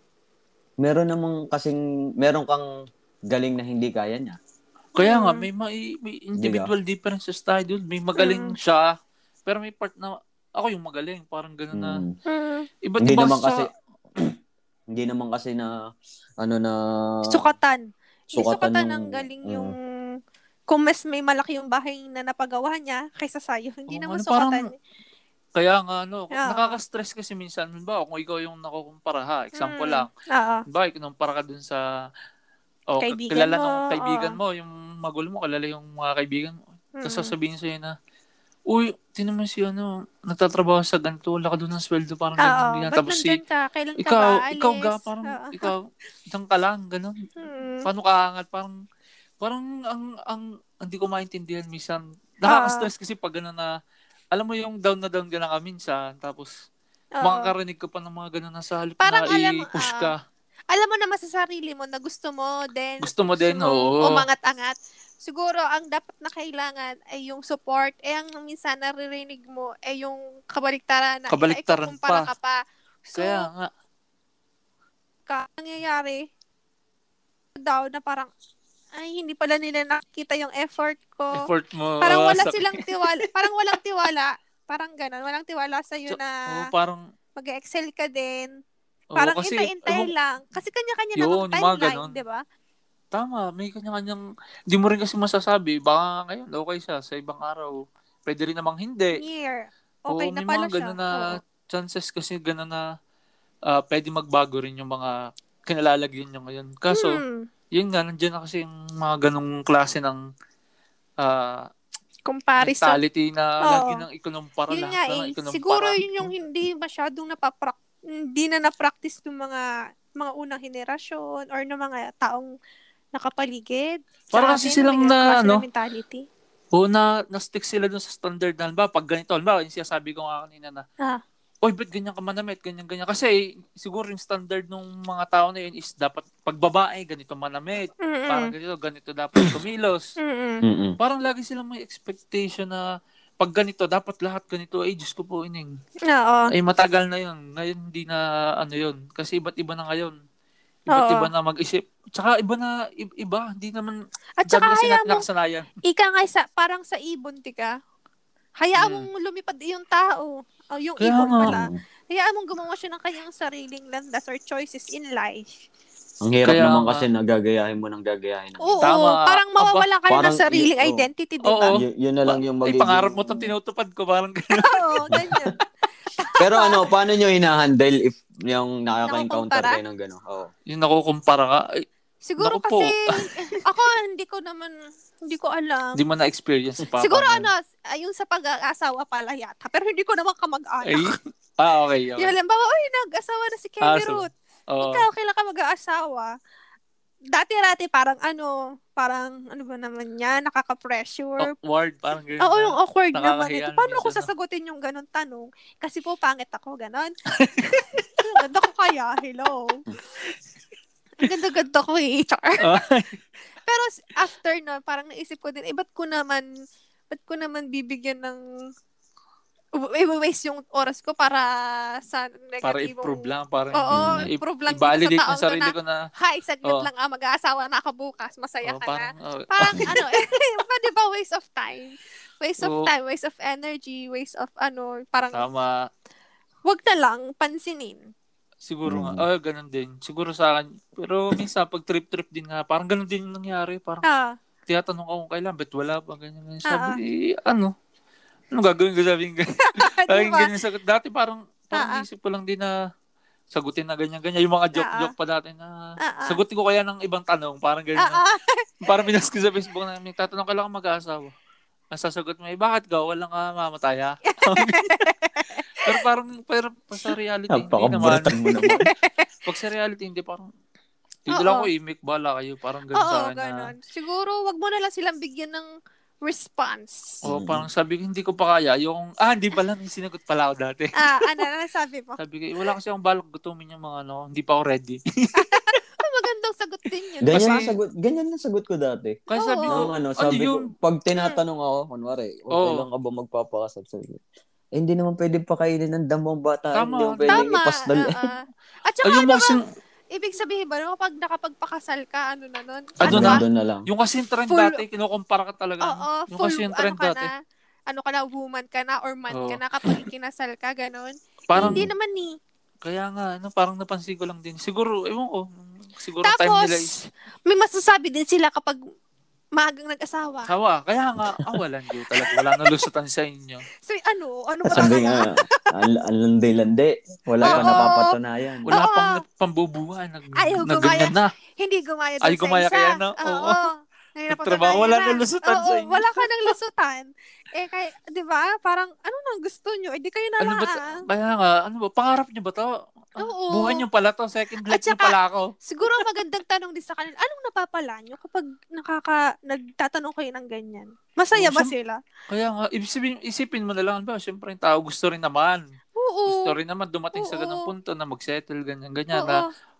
meron namang kasing, meron kang galing na hindi kaya niya. Kaya nga, Mm. may, may, may individual ah. differences tayo doon. May Mm. magaling siya, pero may part na, ako yung magaling, parang ganun na. Mm. Mm. Iba't Hindi iba naman sa, kasi, hindi naman kasi na, ano na, Sukatan. Hindi Sukatan sukatan yung- ng galing Mm. yung... Kung mas may malaki yung bahay na napagawa niya kaysa sa'yo, hindi Oo, naman ano, sukatan. parang- Kaya nga, ano, Ah. nakaka-stress kasi minsan. Ba, kung ikaw yung nakukumpara, ha? Example ah. Mm. lang. Oo. Ba, kinumpara ka dun sa... O, Kaibigan kilala mo, ng kaibigan oo. mo, yung magulo mo, kilala yung mga kaibigan mo. Mm. Tapos sasabihin sa'yo na, Uy, tinan mo si ano, nagtatrabaho sa ganito, laki doon ng sweldo, parang Oo. ganun. ganyan. Ba't Tapos si, nandyan ka? Kailan ka ikaw, ba? ikaw Alis? ga, parang, Oo. ikaw, isang ka lang, ganun. Mm. Paano ka angat? Parang, parang ang, ang, hindi ko maintindihan minsan. Nakaka-stress kasi pag gano'n na, alam mo yung down na down ka na ka minsan, tapos Oo. makakarinig ka pa ng mga gano'n na sa halip Parang na alam- i-push ah. ka. alam mo naman sa sarili mo na gusto mo then Gusto mo din, mong oo. umangat-angat. Siguro ang dapat na kailangan ay yung support, eh ang minsan naririnig mo ay yung kabaliktaran na Kabaliktaran ikukumpara pa. ka pa. So, Kaya nga, ka, ang nangyayari daw na parang ay hindi pala nila nakita yung effort ko. effort mo. parang ah, wala sa- silang tiwala, parang walang tiwala, parang ganun, walang tiwala sa So, na oo, parang, mag-excel ka din. Parang kasi, intay-intay alam mo, lang. Kasi kanya-kanya Yun, naman yung mga timeline, ganun. di ba? Tama, may kanya-kanyang, di mo rin kasi masasabi, baka ngayon, okay siya sa ibang araw. Pwede rin namang hindi. Year. Oo, Okay na may pala mga siya. ganun na Oo. chances kasi gano'n na ah, pwede magbago rin yung mga kinalalagyan nyo ngayon. Kaso, Hmm. yun nga, nandiyan na kasi yung mga ganong klase ng ah, Comparison. mentality na Oo. lagi ng ikunumpara Yun lahat nga na ng eh. ikunumpara. Siguro yun yung hindi masyadong napaprak hindi na na-practice ng mga mga unang henerasyon or ng mga taong nakapaligid. sa Parang kasi atin, silang may ganun na, klase ng ano, mentality. Oo, na, na-stick sila dun sa standard na, ba, pag ganito, ba, yung sinasabi ko nga kanina na, Ah. oy, ba't ganyan ka manamit, ganyan, ganyan. Kasi, siguro yung standard ng mga tao na yun is dapat, pag babae, ganito manamit, Mm-mm. parang ganito, ganito dapat kumilos. Mm-mm. Mm-mm. parang lagi silang may expectation na, pag ganito, dapat lahat ganito, ay, Diyos ko po, ining. Oo. Ay, matagal na yun. Ngayon, hindi na, ano yun. Kasi iba't iba na ngayon. Iba't Oo. iba na mag-isip. Tsaka iba na, i- iba, hindi naman, At saka dami na hayaan sinak- mo, nakasanayan. ika nga sa, parang sa ibon, tika. Hayaan Mm. mong lumipad yung tao. O, yung Kaya ibon nga. pala. Hayaan mong gumawa siya ng kanyang sariling landas or choices in life. Ang hirap Kaya naman nga. kasi nagagayahin mo ng gagayahin. ng- Oo, Tama. parang mawawala ka na Parang ng sariling yun, oo. identity, di ba? oh. Oo. Y- yun na lang yung Ay, magiging... pangarap mo itong tinutupad ko, parang ganun. Oo, ganyan. Pero ano, paano nyo hinahandle if yung nakaka-encounter Nakukumpara? kayo ng gano'n? Oo. Yung nakukumpara ka, ay, Siguro Naku po. kasi, ako hindi ko naman, hindi ko alam. di mo na-experience pa. Siguro ano, ay, yung sa pag-aasawa pala yata. Pero hindi ko naman Ay, kamag-anak. ah, okay. okay. Yung halimbawa, uy, nag-asawa na si Kelly Ah, so- Ruth. Oo. Ikaw, kailan ka mag-aasawa? Dati-dati, parang ano, parang ano ba naman yan, nakaka-pressure. Awkward, parang ganun. Oo, yung awkward naman Nakakahiya ito. Paano minsan, ako no? sasagutin yung ganun tanong? Kasi po, pangit ako, ganun. Ang ganda ko kaya, hello. Ang ganda-ganda ko eh, char. Ah. Pero s- after na, parang naisip ko din, eh, ba't ko naman, ba't ko naman bibigyan ng i-waste yung oras ko para sa negatibong... Para improve lang, parang Oo, i- improve lang i-validate dito sa yung taong sarili na, ko na, Hi, saglit Oo. lang. Ah, mag-aasawa na ako bukas. Masaya oh, ka na. parang, oh, Parang ano, eh, ba, di ba waste of time? Waste of Oo. time, waste of energy, waste of ano, parang Oh. tama. wag na lang pansinin. Siguro nga, Mm. oh, ganun din. Siguro sa akin, pero minsan pag trip-trip din nga, parang ganun din yung nangyari. Parang Ah, tiyatanong ka kung kailan, bet wala pa, ganyan. ganyan. Sabi, Ah, ah. eh, ano? Ano gagawin ko? Sabi ko, di Ay, ba? ganyan sagot. Dati parang, Ah, parang Diba? ah. isip ko lang din na sagutin na ganyan-ganyan. Yung mga joke-joke pa dati na Ah, ah. sagutin ko kaya ng ibang tanong. Parang ganyan. Ah, ah. Parang pinas ko sa Facebook na may tatanong ka lang kung mag-aasawa. Ang sasagot mo, eh, bakit ka? Walang ka mamataya. pero parang, pero pa sa reality, hindi naman. Napaka-brutal mo naman. Pag sa reality, hindi parang, Oo. hindi lang ko imik, bala kayo. Parang ganun Oo, sa ano. akin na, ganun. Siguro, wag mo na lang silang bigyan ng response. oh, Mm. parang sabi ko, hindi ko pa kaya. Yung, ah, hindi pala, may sinagot pala ako dati. Ah, ano na sabi mo? Sabi ko, eh, wala kasi akong balak gutumin yung mga ano, hindi pa ako ready. Ay, magandang sagot din yun. di Ganyan ba? ang sagot, ganyan ang sagot ko dati. Kasi sabi ko, Nung ano, sabi yun? ko, pag tinatanong ako, kunwari, okay Oo. lang ka ba magpapakasal? Sabi ko, "Eh, hindi naman pwede pakainin ng damang Tama. bata. Hindi naman pwede Tama. ipasdal. ah, ah. At saka, Ay, yung, ano kasi, ka, ibig sabihin ba, no, pag nakapagpakasal ka, ano na nun? Ano na? Nandun na lang. yung kasi yung trend Full- dati, kinukumpara ka talaga. Oo, yung full, kasi yung ano trend ka dati. Oh. na, ano ka na, woman ka na, or man Oo. ka na, kapag ikinasal ka, ganun. Parang, Hindi naman eh. ni. kaya nga, ano, parang napansin ko lang din. Siguro, ewan ko, siguro time nila is, Tapos, may masasabi din sila kapag maagang nag-asawa. kawa, kaya nga, awalan yun talaga. Wala na lusutan sa inyo. So, ano, ano ba? Sabi nga, ang ang landi-landi. Wala pa Oo. napapatunayan. Wala Oo. pang nag- pambubuhay, nag, Ayaw nag- gumaya. ganyan na. Hindi gumaya dun Ay, sa gumaya isa. kaya na? Oo. Oo. Ay, napatunayan Nagtrabaho, wala nang lusutan Oo, sa inyo. Wala ka ng lusutan. Eh, kay, di ba? Parang, ano nang gusto nyo? Eh, di kayo na Ano lang. ba, to- kaya nga, ano ba, pangarap niyo ba to? Oo. Buhay niyo pala to, second At life niyo saka- pala ako. Siguro ang magandang tanong din sa kanila, anong napapala nyo kapag nakaka, nagtatanong kayo ng ganyan? Masaya ba Siyem- sila? Kaya nga, isipin, isipin mo na lang, ba, syempre yung tao gusto rin naman. Oo. Gusto rin naman dumating sa Oo. ganung punto na mag-settle, ganyan, ganyan. Oo. Na,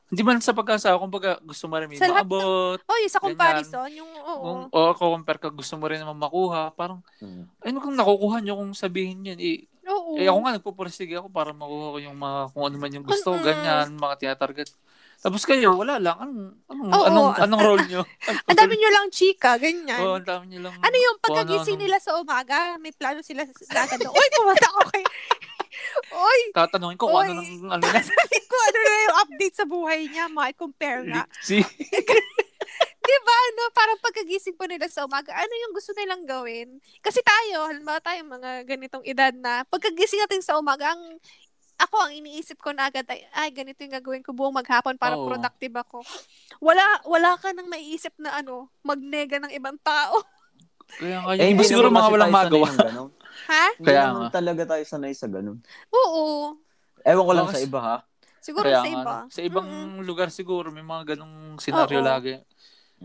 hindi man sa pag-asawa, kumbaga gusto mo rin may Sa lahat ng- maabot. Oh, yung sa Ganyan. comparison, yung oo. Kung, o ako compare ka, gusto mo rin naman makuha. Parang, Mm. ano kung nakukuha nyo kung sabihin yun? Eh, oo. eh, ako nga, nagpupursige ako para makuha ko yung mga, kung ano man yung gusto, ko, Mm-mm. ganyan, mga tinatarget. Tapos kayo, wala lang. Anong, anong, Oo. anong, anong role nyo? Ang dami nyo lang chika, ganyan. Oo, ang dami nyo lang. ano yung kung ano, pagkagising nila anong- sa umaga? May plano sila sa agad na, Uy, pumunta ako kay... Oy! Tatanungin ko kung ano, Oy. ng- ano na. Kung ano na yung update sa buhay niya, ma-compare nga. si, Di ba, ano, parang pagkagising pa nila sa umaga, ano yung gusto nilang gawin? Kasi tayo, halimbawa tayo mga ganitong edad na, pagkagising natin sa umaga, ang, ako ang iniisip ko na agad ay, ay ganito yung gagawin ko buong maghapon para Oo. productive ako. Wala wala ka nang maiisip na ano, magnega ng ibang tao. kaya nga Eh, yun. hindi siguro naman mga kasi walang tayo sanay magawa. ng ganun. Ha? Hindi Kaya naman talaga tayo sanay sa ganun. Oo. Ewan ko lang Bakas- sa iba ha. Siguro Kaya sa nga, iba. Sa ibang Mm-mm. lugar siguro, may mga ganong senaryo Oo. lagi.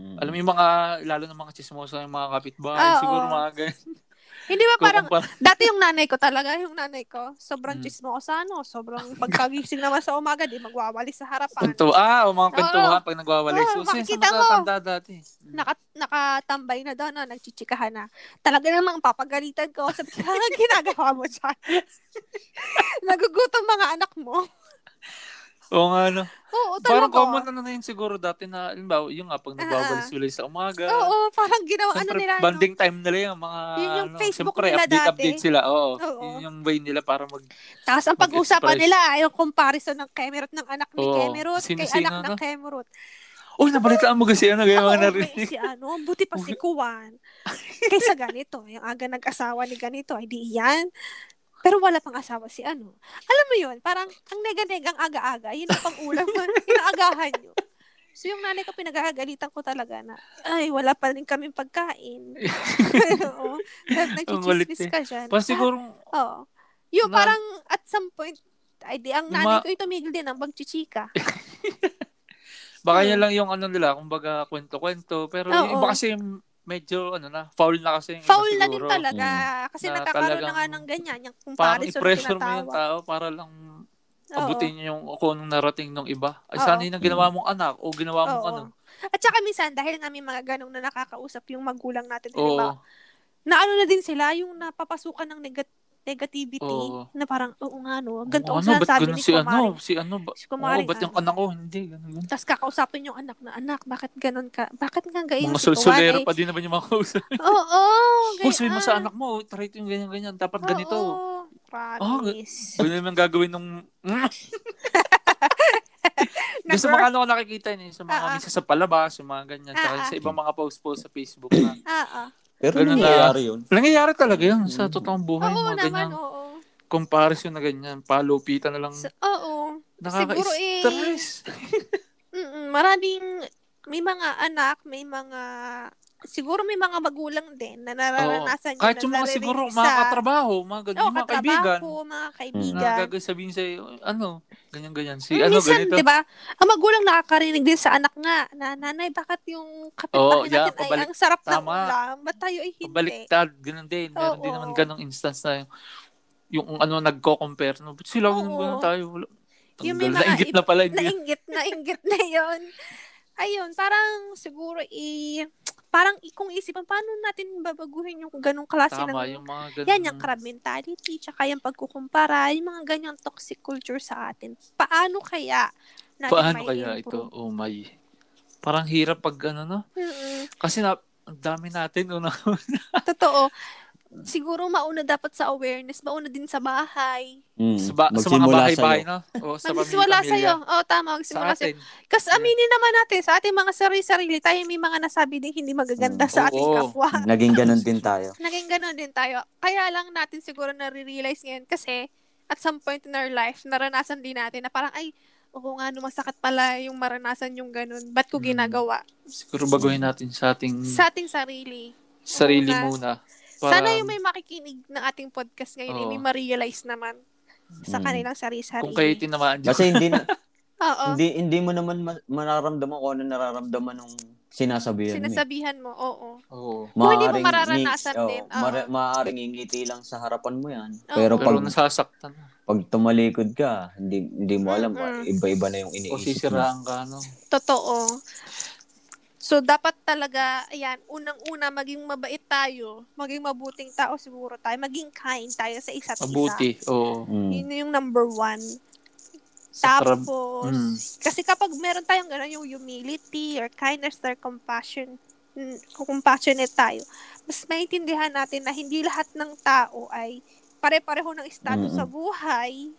Mm. Alam mo yung mga, lalo ng mga chismosa, yung mga kapitbahay, Ah, Oo. siguro mga ganyan. Hindi ba parang, Kukumpara. dati yung nanay ko talaga, yung nanay ko, sobrang Mm. chismosa, no? Sobrang pagkagising naman sa umaga, di magwawali sa harapan. Kwento, ah, o mga Oo. kwentuhan pag nagwawalay. Oo, So, siya sa makikita mo. matatanda dati. naka, nakatambay na daw na, nagchichikahan na. Talaga namang papagalitan ko. Sabi ko, "Anong ginagawa mo dyan? Nagugutom mga anak mo. Oo nga, no. Oo, Oh, talaga. Ah, Parang common ano na yun siguro dati na, alimbawa, yung nga, pag nagwawalis-walay sa umaga. Oo, parang ginawa, ano Siyempre, nila. no? banding time nila yung mga, Yun yung Facebook siyempre, nila update, dati. update sila. Oo, Oo. Yun yung way nila para mag, Tapos ang pag-usapan mag-express. nila, eh, yung comparison ng Kemerut ng anak ni Oo, Kemerut kay sino-sino, anak ng no? Kemerut. oh, nabalitaan mo kasi ano, ganyan Oo, mga okay, narinig. si ano, buti pa si Kuwan. Kaysa ganito, yung aga nag-asawa ni ganito, ay di iyan. Pero wala pang asawa si ano. Alam mo yun, parang ang nega-negang aga-aga, yun ang pang-ulam mo, inaagahan nyo. So yung nanay ko pinagagalitan ko talaga na, ay, wala pa rin kaming pagkain. Oo. Tapos Ang kulit nagchichismis eh. ka dyan. Parang siguro, Ah, Oo. Yung na- parang at some point, ay di, ang nanay Luma- ko ay tumigil din ang pagchichika. Oo. baka yan lang yung ano nila, kumbaga kwento-kwento. Oo. Pero yung iba kasi medyo, ano na, foul na kasi. yung iba Foul na din siguro. Mm. talaga. Kasi Na nagkakaroon na talagang- nga ng ganyan, yung Parang comparison na i-pressure mo yung tinatawag. tao para lang Oo. abutin niyo yung kung anong narating ng iba. Ay, Oo. sana yun ang ginawa mong anak o ginawa mong Oo. ano. At saka minsan, dahil nga may mga ganong na nakakausap yung magulang natin, di Oo. ba? Na ano na din sila, yung napapasukan ng negat- negativity Oo. na parang, oo nga no, ganito Oo, ang ba't sinasabi ganun ni si ano? Kumari. Si ano? Ba, Si oo, Kumari, ba't yung ano. anak ko? Hindi, ganun. ganun. Tapos kakausapin yung anak na, anak, bakit ganon ka? Bakit nga gayon si Mga Kumari? sulsulero pa din naman yung mga kausap. Oo, oh, Oh, sabi mo sa anak mo, oh, try ito yung ganyan-ganyan. Dapat ganito. Ah, Promise. Ganun naman gagawin nung... Doon sa Nag-work. mga ano ko nakikita yun, eh, sa mga Ah, ah. minsan sa palabas, yung mga ganyan, tsaka Ah, ah. sa ibang mga post-post sa Facebook na. Ah, ah. Pero Ganun na- nangyayari yun. Nangyayari talaga yun sa totoong buhay, Mm. Oo mga naman, ganyan. Um, oo. Comparison na ganyan, palupitan na lang. So, oo. Siguro eh- Nakaka-stress. Mm-mm, maraming, may mga anak, may mga, siguro may mga magulang din na nararanasan Kahit na yung mga naririnig siguro, sa- mga katrabaho, mga ganyan, Oo, yung mga kaibigan. katrabaho, mga kaibigan. Nakagag sabihin sa'yo, ano, ganyan-ganyan. Si, Mm, ano, Minsan, ganito. di ba, ang magulang nakakarinig din sa anak nga na, nanay, bakit yung Oo, kapitbahay yeah, natin ay pabalik- ang sarap ng tama. ulam, ba't tayo ay hindi? Baliktad, ganun din. Meron Oo. din naman ganong instance na yung, yung ano, nagko-compare. No? Ba't sila, Oo. ganun, ganun tayo. Wala. Yung Yung may mga Nainggit iba- na pala. Hindi. nainggit, nainggit na yon. Ayun, parang siguro i... Parang i- kung isipan, paano natin babaguhin yung ganong klase Tama, ng... yung mga ganun. Yan, yung crab mentality, tsaka yung pagkukumpara, yung mga ganyang toxic culture sa atin. Paano kaya natin Paano may kaya ito? Oh my. Parang hirap pag ano, no? Mm-mm. Kasi na, ang dami natin. Una. Hmm. Totoo. Siguro mauna dapat sa awareness, mauna din sa bahay. Mm. sa, ba- sa mga Magsimula bahay-bahay, sa'yo. no? O, sa Magsimula pamilya- sa'yo. Oo, oh, tama. Sa Magsimula sa'yo. atin. Kasi aminin naman natin, sa ating mga sarili-sarili, tayo may mga nasabi din hindi magaganda Mm, sa ating oo. kapwa. Naging ganun din tayo. Naging ganun din tayo. Kaya lang natin siguro nare-realize ngayon kasi at some point in our life, naranasan din natin na parang, ay, oo nga, no, masakit pala yung maranasan yung ganun. Ba't ko Mm. ginagawa? Siguro baguhin natin sa ating Sa ating sarili. sarili una. muna. Sana yung may makikinig ng ating podcast ngayon, ay Oo. may ma-realize naman sa Mm. kanilang sarili-sarili. Kung kayo tinamaan dyan. Kasi hindi na, Oo. hindi hindi mo naman ma- mararamdaman kung ano nararamdaman ng sinasabihan mo. eh. Sinasabihan mo, oo. Oo. ano, Kung hindi mo Maaaring mararanasan ngiti- din, oh, oo. mara- maaaring ngingiti lang sa harapan mo yan. Oo. Pero Pero pag nasasaktan. pag tumalikod ka, hindi hindi mo alam Mm-mm. iba-iba na O yung iniisip mo. sisiraan ka, ano, no? Totoo. So, dapat talaga, ayan, unang-una, maging mabait tayo, maging mabuting tao siguro tayo, maging kind tayo sa isa't isa. Mabuti. Oo. Mm. Yun na yung number one. Sa trab- Tapos, Mm. kasi kapag meron tayong gano'n, yung humility, or kindness, or compassion, mm, kung compassionate tayo, mas maintindihan natin na hindi lahat ng tao ay pare-pareho ng status sa buhay.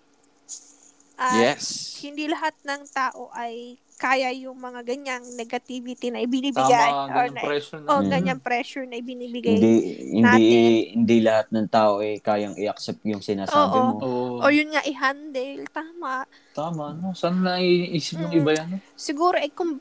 At Yes. hindi lahat ng tao ay kaya yung mga ganyang negativity na Tama, ibinibigay or ganun na, Oh, pressure na. o Mm. ganyang pressure na ibinibigay Hindi, hindi, natin. hindi lahat ng tao eh, kayang i-accept yung sinasabi Oo. mo. Oo. or yun nga i-handle tama Tama, no? Saan na iisip Mm. ng iba yan? no? siguro eh kung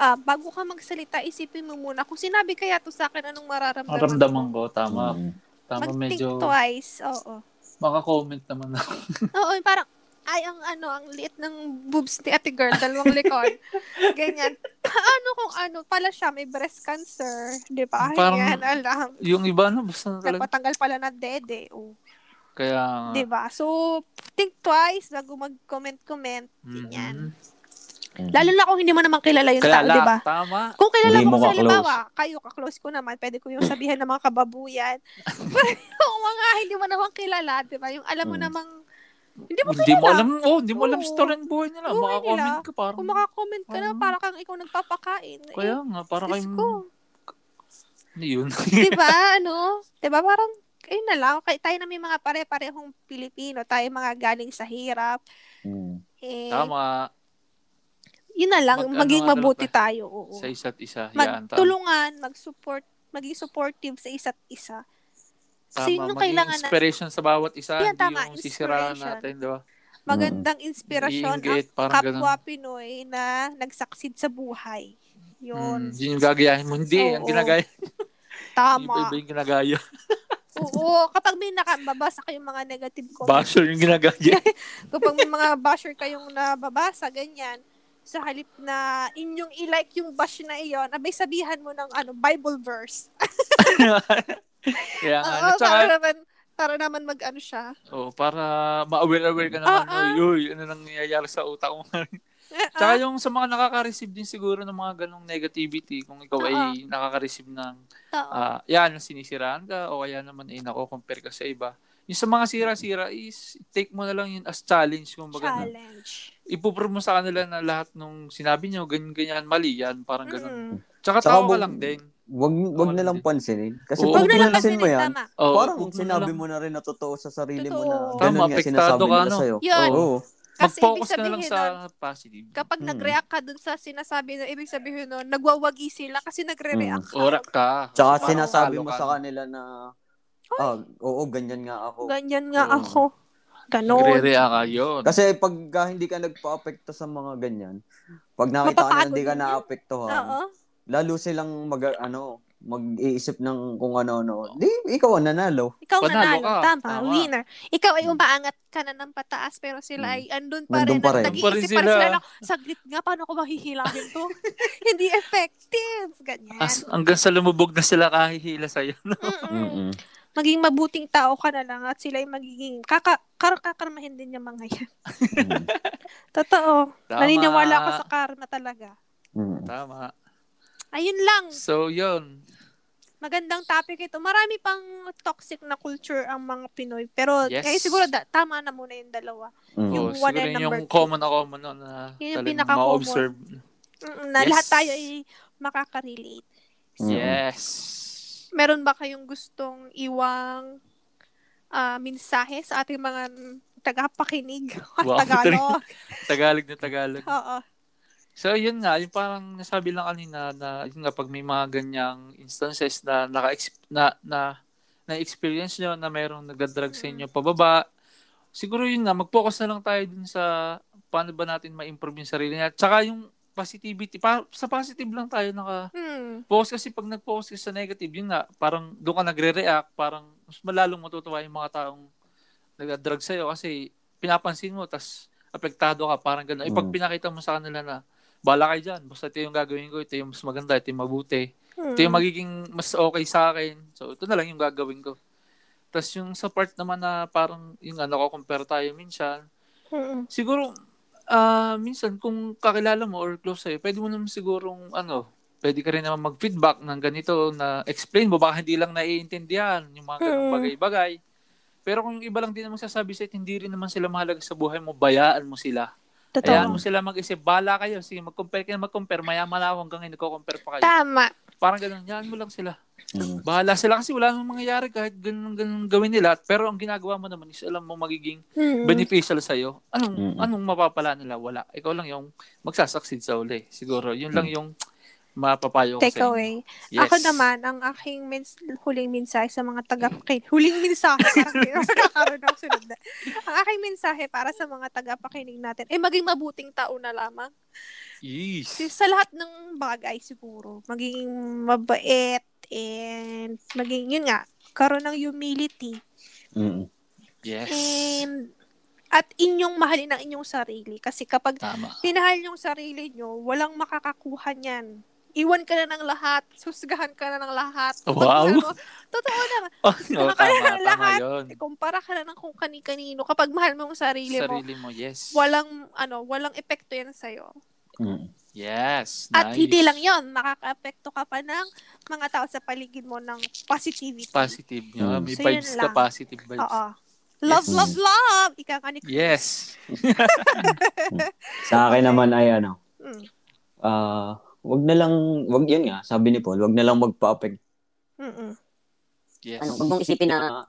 ah, bago ka magsalita isipin mo muna kung sinabi kaya to sa akin anong mararamdaman Maramdaman ko ko, tama. Mm. Tama, mag-think ah. medyo twice oo makakomment naman ako. oo yung parang ay ang ano ang liit ng boobs ni ate girl dalawang likod ganyan paano kung ano pala siya may breast cancer di ba Parang- yan alam Yung iba, no? Basta na talaga. napatanggal pala na dede oh. Kaya, di ba so think twice bago mag-comment comment mm, Yan. Mm. lalo na kung hindi mo naman kilala yung Kaya tao di ba tama. Kung kilala Hindi mo ko mo sa ka-close. halimbawa, kayo ka-close ko naman, pwede ko yung sabihan ng mga kababuyan. Pero yung mga hindi mo naman kilala, di ba? Yung alam mo Mm. namang, hindi mo Hmm. Hindi mo kilala. alam, oh, hindi mo alam Oo. story ng buhay nila. Buhay Makakomment nila. ka parang. Kung makakomment ka na, Oo. para kang ikaw nagpapakain. Eh, Kaya nga, para Diyos kayong... ko. Ano yun? Di ba? Ano? Di ba? Parang, ayun na lang. Kay, tayo na may mga pare-parehong Pilipino. Tayo mga galing sa hirap. Mm. Eh, Tama. yun na lang. Mag- ano maging nga mabuti talaga. tayo. Oo. Sa isa't isa. yan, tama. Magtulungan, mag-support, maging supportive sa isatt isa. Tama, Kasi yun yung maging kailangan natin. inspiration sa bawat isa. Yan, hindi tama, Yung sisiraan inspiration. natin, di ba? magandang inspirasyon ang Iinggit, parang kapwa ganun. Pinoy na nagsucceed sa buhay. Yun. Mm, yun yung gagayahin mo. Hindi, ang Oo. ginagaya. Iba Tama. iba yung ginagaya. Oo. Kapag may nakababasa kayong mga negative comments, Basher yung ginagaya. kapag may mga basher kayong nababasa, ganyan, sa halip na inyong ilike yung bash na iyon, abay sabihan mo ng ano Bible verse. Kaya nga, Oo, ano, tsaka, para naman, para naman mag-ano siya. oh, para ma-aware-aware ka naman, Oo. uy, uy, ano nangyayari sa utak mo. Eh, tsaka ah. yung sa mga nakaka-receive din siguro ng mga ganong negativity, kung ikaw ay nakaka-receive ng, Ah, Oo. ah, yan, sinisiraan ka, o kaya naman ay nako-compare ka sa iba. Yung sa mga sira-sira is, take mo na lang yun as challenge, kung baga, Challenge. ipuprove mo sa kanila na lahat nung sinabi nyo, ganyan-ganyan, mali yan, parang ganun. Mm. Tsaka Tsaka tawa ka bu- lang din. Wag, wag Ano Tama na lang din. pansinin. Kasi Oo. Huwag na pag lang pinansin mo pansinin, yan, tama. Oh, parang sinabi mo na rin na totoo sa sarili mo na Totoo. ganun Tama, nga apektado sinasabi ka, nila no? sa'yo. Yun. Oo. Kasi ibig Mag-focus ka na lang sabihin nun, sa positive. kapag Mm. nag-react ka dun sa sinasabi na ibig sabihin nun, nagwawagi sila kasi nagre-react ka. Orak ka. Tsaka Parang sinasabi mo halo ka. sa kanila na, ah, oo, ganyan nga ako. Ganyan nga Oo. ako. Ganon. Nagre-rea ka yun. Kasi pag ah, hindi ka nagpa-apekto sa mga ganyan, pag nakita ka na Mapapagod hindi din ka yun. naapektuhan, Oo. lalo silang mag, ano, mag-iisip ng kung ano-ano. Di, ikaw ang nanalo. Ikaw nanalo. Panalo ka. Tama, Tama. winner. Ikaw ay umaangat ka na ng pataas pero sila ay andun pa rin. Nandun pa rin. Nag- Nag-iisip pa Pa rin rin sila sila. na, saglit nga, paano ko mahihilangin to? Hindi effective. Ganyan. As, hanggang sa lumubog na sila kahihila sa'yo. Mm-mm. Maging mabuting tao ka na lang at sila ay magiging kaka kar- kakarmahin din yung mga yan. Mm. Totoo. Tama. Naniniwala ako sa karma talaga. Mm. Tama. Ayun lang. So, yun. Magandang topic ito. Marami pang toxic na culture ang mga Pinoy. Pero Yes. ngayon siguro da- tama na muna yung dalawa. Yung Mm. Yung one Oh, siguro and yun number yung two. common na common no, na Yun yung talagang pinaka-common. ma-observe. Mm, na Yes. lahat tayo ay makaka-relate. Mm. Yes. Meron ba kayong gustong iwang ah, mensahe sa ating mga tagapakinig at Wow, Tagalog? Tagalog na Tagalog. Oo. So, yun nga, yung parang nasabi lang kanina na, yun nga, pag may mga ganyang instances na naka na, na, na-experience nyo na mayroong nagdadrag sa inyo pababa, siguro yun nga, mag-focus na lang tayo dun sa paano ba natin ma-improve yung sarili natin. Tsaka yung positivity, pa, sa positive lang tayo naka Hmm. Focus kasi pag nag-focus ka sa negative, yun nga, parang doon ka nagre-react, parang mas malalong matutuwa yung mga taong nagdadrag sa'yo kasi pinapansin mo, tas apektado ka, parang gano'n. Eh, pag Mm. pinakita mo sa kanila na, bala kayo dyan, basta ito yung gagawin ko, ito yung mas maganda, ito yung mabuti, Hmm. ito yung magiging mas okay sa akin, so ito na lang yung gagawin ko. Tapos yung sa part naman na parang, yung nga, nakakompare tayo minsan, Mm-mm. siguro, ah, minsan kung kakilala mo or close sa'yo, pwede mo naman sigurong, ano, pwede ka rin naman mag-feedback ng ganito na explain mo, baka hindi lang naiintindihan yung mga ganong Mm. bagay-bagay. Pero kung yung iba lang din naman sasabi sa'yo, at hindi rin naman sila mahalaga sa buhay mo, bayaan mo sila. Totoo. Hayaan mo sila mag-isip, bala kayo, sige, mag-compare kayo, mag-compare, maya malaw hanggang ngayon nagko-compare pa kayo. Tama. Parang ganun, yan mo lang sila. Mm. Bahala sila kasi wala namang mangyayari kahit ganun, ganun gawin nila. Pero ang ginagawa mo naman is alam mo magiging Hmm. beneficial sa'yo. Anong, Mm-mm. anong mapapala nila? Wala. Ikaw lang yung magsasucceed sa uli. Siguro, yun lang yung mapapayo ko Take sa inyo. away. Yes. Mm. Ako naman, ang aking mens- huling mensahe sa mga tagapakinig. Huling mensahe, parang di- nakakaroon ako sunod na. Ang aking mensahe para sa mga tagapakinig natin, eh maging mabuting tao na lamang. Yes. Si- Sa lahat ng bagay siguro. Maging mabait and maging, yun nga, karoon ng humility. Mm. Yes. And at inyong mahalin ang inyong sarili. Kasi kapag Tama. pinahal yung sarili nyo, walang makakakuha niyan. Iwan ka na ng lahat. Susgahan ka na ng lahat. Wow. Pag sabi mo, Totoo naman. Oh, no, Nakakaya tama, ng tama lahat. yun. Eh, Kumpara ka na ng kung kani-kanino. Kapag mahal mo yung sarili, mo, Sarili mo, yes. walang, ano, walang epekto yan sa'yo. Mm. Yes. At nice. hindi lang yon makaka-epekto ka pa ng mga tao sa paligid mo ng positivity. Positive. Yeah, Mm. May So, yun vibes ka, lang. positive vibes. Oo. Love, Yes. love, love! Ika nga ni Chris. Yes. Sa akin naman ay ano, Mm. ah, wag na lang, wag yun nga, sabi ni Paul, wag na lang magpa-apekto Mm-mm. Yes. Ano, huwag mong isipin na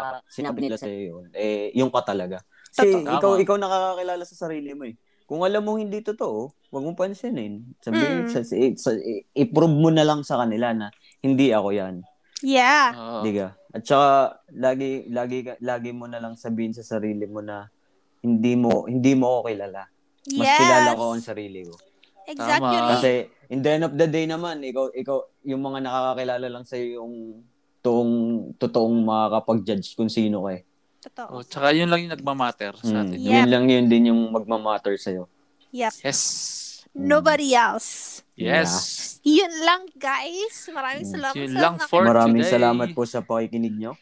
Ah, sinabi nila sa iyo, eh, yung ka talaga. Totoo. Kasi Tama. ikaw, ikaw nakakakilala sa sarili mo eh. Kung alam mo hindi totoo, wag mo pansinin. Sabihin, Mm. sa, i- sa, i- i-prove mo na lang sa kanila na hindi ako yan. Yeah. Oo. Diga. At saka, lagi, lagi, ka- lagi mo na lang sabihin sa sarili mo na hindi mo hindi mo ako kilala. Mas yes. kilala ko ang sarili ko. Exactly. Tama. Rick. Kasi in the end of the day naman, ikaw ikaw yung mga nakakakilala lang sa yung toong totoong makakapag-judge kung sino ka eh. Totoo. Oh, tsaka yun lang yung nagmamatter sa Mm. atin. Yep. Yun lang yun din yung magmamatter sa iyo. Yep. Yes. Mm. Nobody else. Yes. Yun lang, guys. Maraming Mm. salamat Yun sa lang mga- for- Maraming today. salamat po sa pakikinig nyo.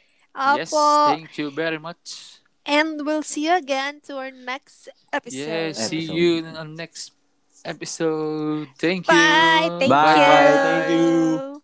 Yes. Opo. Thank you very much. And we'll see you again to our next episode. Yes. See Episode. you in the next episode. Thank you. Bye. Thank Bye. you. Thank you.